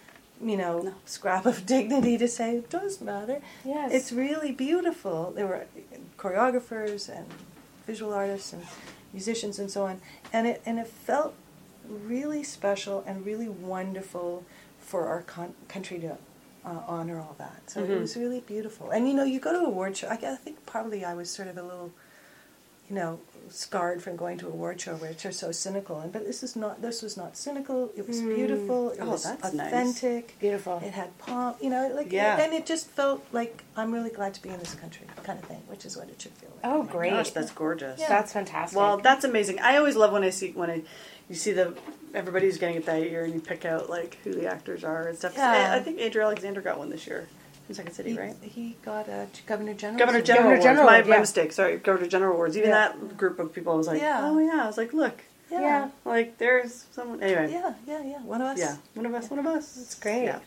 Speaker 3: you know scrap of dignity to say it does matter
Speaker 1: Yes.
Speaker 3: it's really beautiful there were choreographers and visual artists and musicians and so on and it and it felt really special and really wonderful for our con- country to uh, honor all that so it was really beautiful and you know you go to award show I, I think probably i was sort of a little you know, scarred from going to a war show where they're so cynical. And but this is not. This was not cynical. It was beautiful. It
Speaker 2: Oh,
Speaker 3: was
Speaker 2: that's nice.
Speaker 3: authentic.
Speaker 1: Beautiful.
Speaker 3: It had pomp. You know, like
Speaker 2: Yeah.
Speaker 3: and it just felt like I'm really glad to be in this country, kind of thing, which is what it should feel like.
Speaker 1: Oh, great!
Speaker 2: Gosh, that's gorgeous.
Speaker 1: That's fantastic.
Speaker 2: Well, that's amazing. I always love when I see when I you see the everybody's getting it that year, and you pick out like who the actors are and stuff. 'Cause I,
Speaker 3: Yeah.
Speaker 2: I think Andrew Alexander got one this year in Second City,
Speaker 3: He,
Speaker 2: Oh, right?
Speaker 3: he got a governor general.
Speaker 2: Governor
Speaker 3: Award.
Speaker 2: General Awards.
Speaker 1: General
Speaker 2: my,
Speaker 1: Award,
Speaker 2: my
Speaker 1: yeah.
Speaker 2: mistake. Sorry, Governor General Awards. Even
Speaker 3: Yeah.
Speaker 2: that group of people, I was like,
Speaker 3: Yeah.
Speaker 2: oh yeah. I was like, look,
Speaker 3: Yeah.
Speaker 1: Yeah.
Speaker 3: yeah,
Speaker 2: like there's someone. Anyway,
Speaker 3: yeah, yeah, One of us.
Speaker 2: yeah, one of us, one of us. It's
Speaker 1: great.
Speaker 2: Yeah.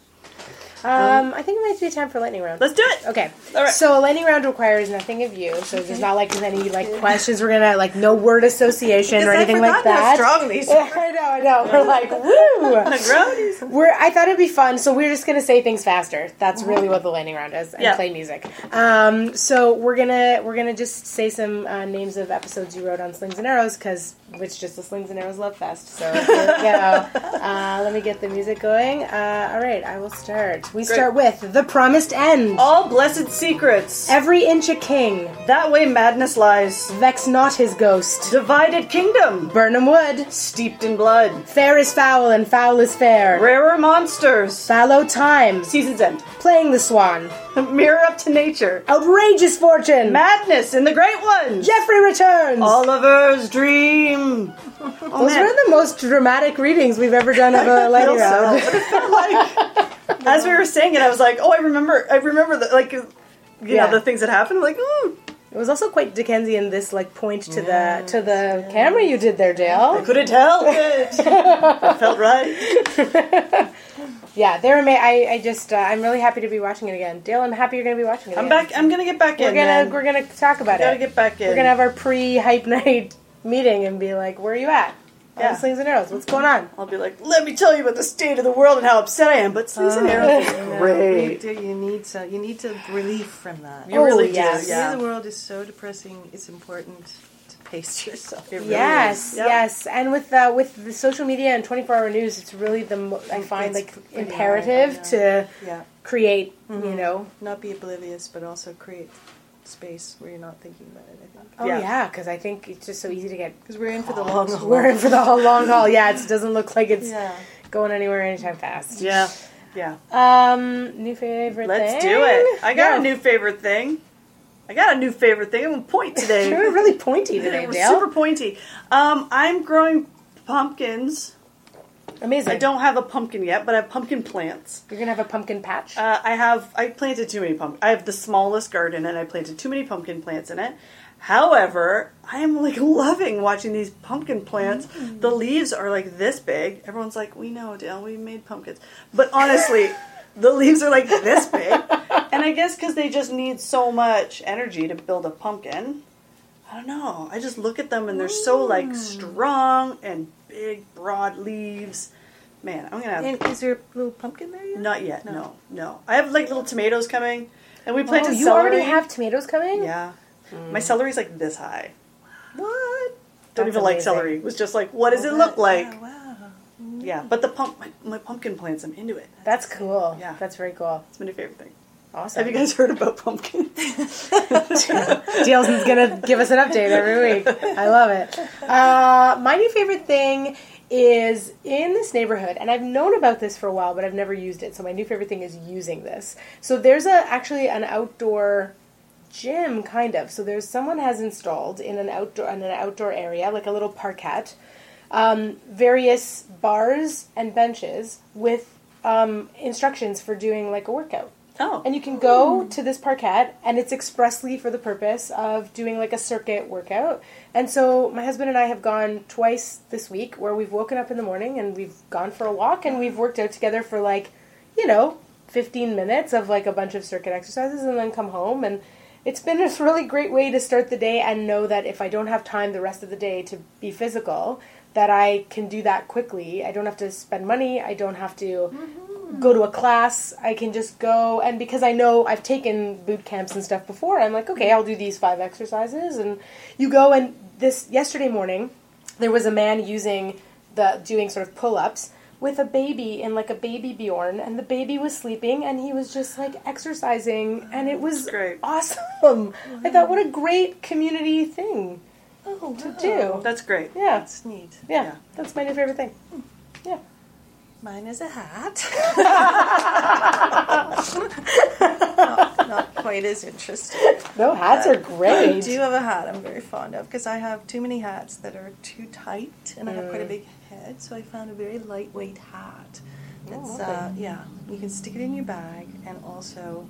Speaker 1: um, I think it might be time for lightning round.
Speaker 2: Let's do it.
Speaker 1: Okay.
Speaker 2: All right.
Speaker 1: So a lightning round requires nothing of you. So there's not like any like questions. We're gonna like no word association or
Speaker 3: I
Speaker 1: anything like
Speaker 3: forgot
Speaker 1: that.
Speaker 3: how strong these
Speaker 1: Yeah, I know, I know. We're like, woo!
Speaker 2: Roadies.
Speaker 1: We're, I thought it'd be fun, so we're just gonna say things faster. That's really what the lightning round is, and
Speaker 2: Yeah.
Speaker 1: play music. Um, so we're gonna we're gonna just say some uh, names of episodes you wrote on Slings and Arrows, because it's just a Slings and Arrows love fest. So here we go. Uh, let me get the music going. Uh, all right, I will start. We start with the promised end.
Speaker 2: All blessed secrets.
Speaker 1: Every inch a king.
Speaker 2: That way madness lies.
Speaker 1: Vex not his ghost.
Speaker 2: Divided kingdom.
Speaker 1: Burnham Wood.
Speaker 2: Steeped in blood.
Speaker 1: Fair is foul and foul is fair.
Speaker 2: Rarer monsters.
Speaker 1: Fallow times.
Speaker 2: Season's end.
Speaker 1: Playing the swan.
Speaker 2: Mirror up to nature.
Speaker 1: Outrageous fortune.
Speaker 2: Madness in the Great One.
Speaker 1: Jeffrey returns.
Speaker 2: Oliver's dream.
Speaker 1: Those were the most dramatic readings we've ever done of a lightning round.
Speaker 2: As we were saying it, I was like, "Oh, I remember. I remember the like, you
Speaker 1: Yeah.
Speaker 2: know, the things that happened." I'm like, "Ooh,
Speaker 1: It was also quite Dickensian. This like point to the to the camera you did there, Dale.
Speaker 2: couldn't help it. it felt right."
Speaker 1: Yeah, there. Ama- I I just uh, I'm really happy to be watching it again, Dale. I'm happy you're going to be watching it.
Speaker 2: I'm
Speaker 1: again.
Speaker 2: back. I'm gonna get back
Speaker 1: We're
Speaker 2: in.
Speaker 1: gonna
Speaker 2: man.
Speaker 1: we're gonna talk about
Speaker 2: gotta
Speaker 1: it.
Speaker 2: get back in.
Speaker 1: We're gonna have our pre hype night meeting and be like, "Where are you at? Yeah.
Speaker 2: Yeah.
Speaker 1: slings and arrows. What's going on?
Speaker 2: I'll be like, let me tell you about the state of the world and how upset I am. But Slings and Arrows
Speaker 3: You
Speaker 2: is
Speaker 3: know,
Speaker 2: Oh, great.
Speaker 3: You, do, you need some. You need to relief from that.
Speaker 2: You really
Speaker 1: Oh,
Speaker 2: do.
Speaker 1: yes.
Speaker 3: The way
Speaker 2: Yeah.
Speaker 3: the world is so depressing. It's important to pace yourself.
Speaker 2: It really
Speaker 1: yes,
Speaker 2: is. Yep.
Speaker 1: yes, and with uh, with the social media and twenty four hour news, it's really the mo- I find
Speaker 3: It's
Speaker 1: like
Speaker 3: pretty
Speaker 1: imperative
Speaker 3: hard,
Speaker 1: to
Speaker 3: Yeah,
Speaker 1: create,
Speaker 2: Mm-hmm.
Speaker 1: you know.
Speaker 3: not be oblivious, but also create space where you're not thinking about it. I think
Speaker 1: Oh
Speaker 2: Yeah.
Speaker 1: yeah, because I think it's just so easy to get.
Speaker 3: because we're in for the long haul.
Speaker 1: We're in for the whole long haul. Yeah, it doesn't look like it's
Speaker 3: yeah.
Speaker 1: going anywhere anytime fast.
Speaker 2: Yeah. Yeah.
Speaker 1: Um, new favorite.
Speaker 2: Let's
Speaker 1: thing?
Speaker 2: do it. I got
Speaker 1: Yeah.
Speaker 2: a new favorite thing. I got a new favorite thing. I'm going to point today.
Speaker 1: You're really pointy today,
Speaker 2: It was
Speaker 1: Dale.
Speaker 2: super pointy. Um, I'm growing pumpkins.
Speaker 1: Amazing.
Speaker 2: I don't have a pumpkin yet, but I have pumpkin plants.
Speaker 1: You're gonna have a pumpkin patch.
Speaker 2: Uh, I have I planted too many pumpkins. I have the smallest garden, and I planted too many pumpkin plants in it. However, I am like loving watching these pumpkin plants. The leaves are like this big. Everyone's like, "We know, Dale. We made pumpkins," but honestly, the leaves are like this big. And I guess because they just need so much energy to build a pumpkin. I don't know. I just look at them and they're so like strong and big, broad leaves. Man, I'm gonna have
Speaker 3: And is there a little pumpkin there yet?
Speaker 2: not yet. No. no, I have like little tomatoes coming, and we
Speaker 1: oh,
Speaker 2: planted
Speaker 1: you
Speaker 2: celery.
Speaker 1: already have Hmm. tomatoes coming.
Speaker 2: Yeah, my celery's like this high.
Speaker 1: What?
Speaker 2: Don't
Speaker 1: That's
Speaker 2: even like
Speaker 1: amazing. Oh,
Speaker 2: celery. It was just like, what does it
Speaker 3: Oh, Wow,
Speaker 2: look like?
Speaker 3: Wow.
Speaker 2: Yeah, but the pump, my, my pumpkin plants. I'm into it.
Speaker 1: That's cool.
Speaker 2: Yeah.
Speaker 1: That's very cool.
Speaker 2: It's my new favorite thing.
Speaker 1: Awesome.
Speaker 2: Have you guys heard about pumpkins?
Speaker 1: Daleson's gonna give us an update every week. I love it. Uh, my new favorite thing is in this neighborhood, and I've known about this for a while, but I've never used it. So my new favorite thing is using this. So there's a actually an outdoor gym, kind of. So there's someone has installed in an outdoor in an outdoor area, like a little parquet, um, various bars and benches with um, instructions for doing like a workout.
Speaker 2: oh,
Speaker 1: And you can go to this parquet, and it's expressly for the purpose of doing like a circuit workout. And so my husband and I have gone twice this week where we've woken up in the morning and we've gone for a walk and we've worked out together for like, you know, 15 minutes of like a bunch of circuit exercises and then come home. And it's been a really great way to start the day and know that if I don't have time the rest of the day to be physical, that I can do that quickly. I don't have to spend money. I don't have to go to a class. I can just go and because I know I've taken boot camps and stuff before, I'm like, okay, I'll do these five exercises and you go and this yesterday morning there was a man using the doing sort of pull-ups with a baby in like a baby Bjorn and the baby was sleeping and he was just like exercising and it was
Speaker 2: great.
Speaker 1: awesome. I thought what a great community thing
Speaker 3: Oh,
Speaker 1: to do.
Speaker 2: that's great.
Speaker 1: Yeah.
Speaker 3: That's neat.
Speaker 1: Yeah.
Speaker 2: Yeah.
Speaker 1: That's my new favorite thing. Yeah.
Speaker 3: Mine is a hat. not, not quite as interesting.
Speaker 1: No, hats are great.
Speaker 3: I do have a hat I'm very fond of because I have too many hats that are too tight and I have quite a big head, so I found a very lightweight hat. That's, uh, yeah, you can stick it in your bag and also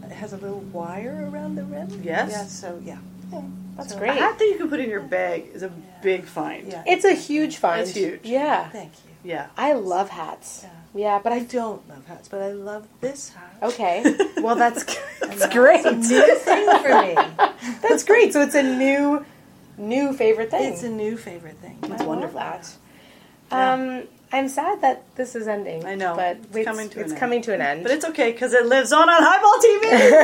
Speaker 3: uh, it has a little wire around the rim.
Speaker 2: Yes.
Speaker 3: Yeah, so yeah. yeah.
Speaker 1: That's
Speaker 3: So-
Speaker 2: A
Speaker 1: great.
Speaker 2: hat that you can put in your bag is a big find.
Speaker 3: Yeah.
Speaker 1: It's a huge find.
Speaker 2: That's huge.
Speaker 1: Yeah.
Speaker 3: Thank you.
Speaker 2: Yeah.
Speaker 1: I love hats. Yeah, but
Speaker 3: I
Speaker 1: I
Speaker 3: don't love hats, but I love this hat.
Speaker 1: okay. Well, that's
Speaker 3: And
Speaker 1: that's great.
Speaker 3: It's a new thing for me.
Speaker 1: That's great. So it's a new new favorite thing.
Speaker 3: It's a new favorite thing.
Speaker 1: I
Speaker 2: It's
Speaker 1: love
Speaker 2: wonderful.
Speaker 1: that. Um, I'm sad that this is ending.
Speaker 2: I know.
Speaker 1: but
Speaker 2: It's
Speaker 1: it's
Speaker 2: coming to
Speaker 1: it's
Speaker 2: an
Speaker 1: coming to an end.
Speaker 2: But it's okay because it lives on on Highball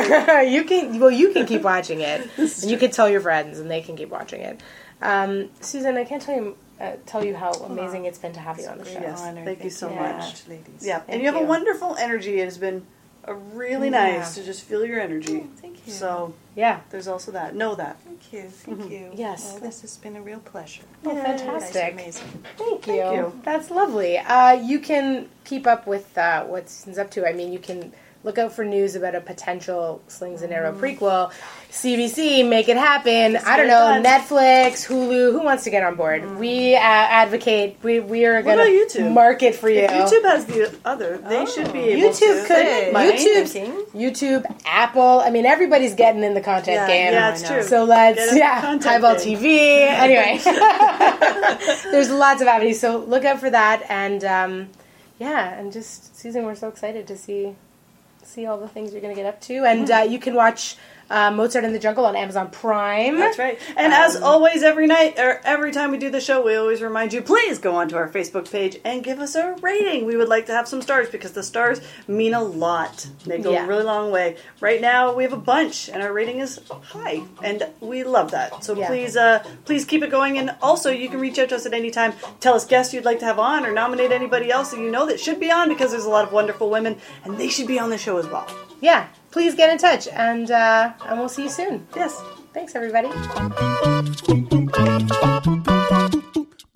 Speaker 2: TV.
Speaker 1: you can well, you can keep watching it, and you can tell your friends, and they can keep watching it. Um, Susan, I can't tell you uh, tell you how amazing it's been to have you on the show.
Speaker 2: Yes,
Speaker 3: honor.
Speaker 2: thank you so
Speaker 1: much.
Speaker 3: ladies.
Speaker 2: Yeah,
Speaker 1: Thank
Speaker 2: and you have
Speaker 1: you.
Speaker 2: a wonderful energy. It has been a really
Speaker 1: Yeah.
Speaker 2: nice to just feel your energy.
Speaker 3: Oh, thank you.
Speaker 2: So
Speaker 1: Yeah.
Speaker 2: there's also that. Know that.
Speaker 3: Thank you, thank you.
Speaker 1: Yes.
Speaker 3: Well, this has been a real pleasure.
Speaker 1: Oh,
Speaker 3: You guys are
Speaker 1: fantastic.
Speaker 3: amazing.
Speaker 1: Thank you.
Speaker 2: Thank you.
Speaker 1: That's lovely. Uh, you can keep up with uh, what Susan's up to. I mean, you can look out for news about a potential Slings and Arrow prequel. CBC, make it happen. I don't know.
Speaker 2: get it done.
Speaker 1: Netflix, Hulu. Who wants to get on board? We uh, advocate. We we are going
Speaker 2: about
Speaker 1: to
Speaker 2: YouTube?
Speaker 1: market for you.
Speaker 2: If YouTube has the other, they should be able
Speaker 1: Oh, YouTube
Speaker 2: to.
Speaker 1: could
Speaker 2: They might.
Speaker 1: YouTube
Speaker 3: thinking.
Speaker 1: YouTube Apple. I mean, everybody's getting in the content
Speaker 3: Yeah,
Speaker 1: game. Oh,
Speaker 2: Yeah, it's true.
Speaker 1: So let's
Speaker 2: Get it
Speaker 1: yeah,
Speaker 2: content
Speaker 1: highball
Speaker 2: thing.
Speaker 1: TV. Anyway, there's lots of avenues. So look out for that, and um, yeah, and just Susan, we're so excited to see see all the things you're going to get up to, and uh, you can watch uh, Mozart in the Jungle on Amazon Prime.
Speaker 2: That's right. And as
Speaker 1: Um,
Speaker 2: always, every night or every time we do the show, we always remind you please go onto our Facebook page and give us a rating. We would like to have some stars because the stars mean a lot. They go
Speaker 1: Yeah.
Speaker 2: a really long way. Right now, we have a bunch, and our rating is high, and we love that. So
Speaker 1: Yeah.
Speaker 2: please, uh, please keep it going. And also, you can reach out to us at any time. Tell us guests you'd like to have on, or nominate anybody else that you know that should be on because there's a lot of wonderful women, and they should be on the show as well.
Speaker 1: Yeah, please get in touch, and uh, and we'll see you soon.
Speaker 2: Yes.
Speaker 1: Thanks, everybody.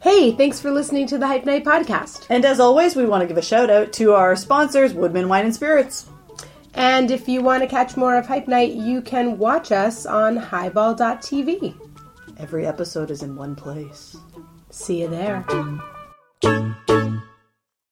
Speaker 1: Hey, thanks for listening to the Hype Night podcast.
Speaker 2: And as always, we want to give a shout out to our sponsors, Woodman Wine and Spirits.
Speaker 1: And if you want to catch more of Hype Night, you can watch us on highball.tv.
Speaker 2: Every episode is in one place.
Speaker 1: See you there.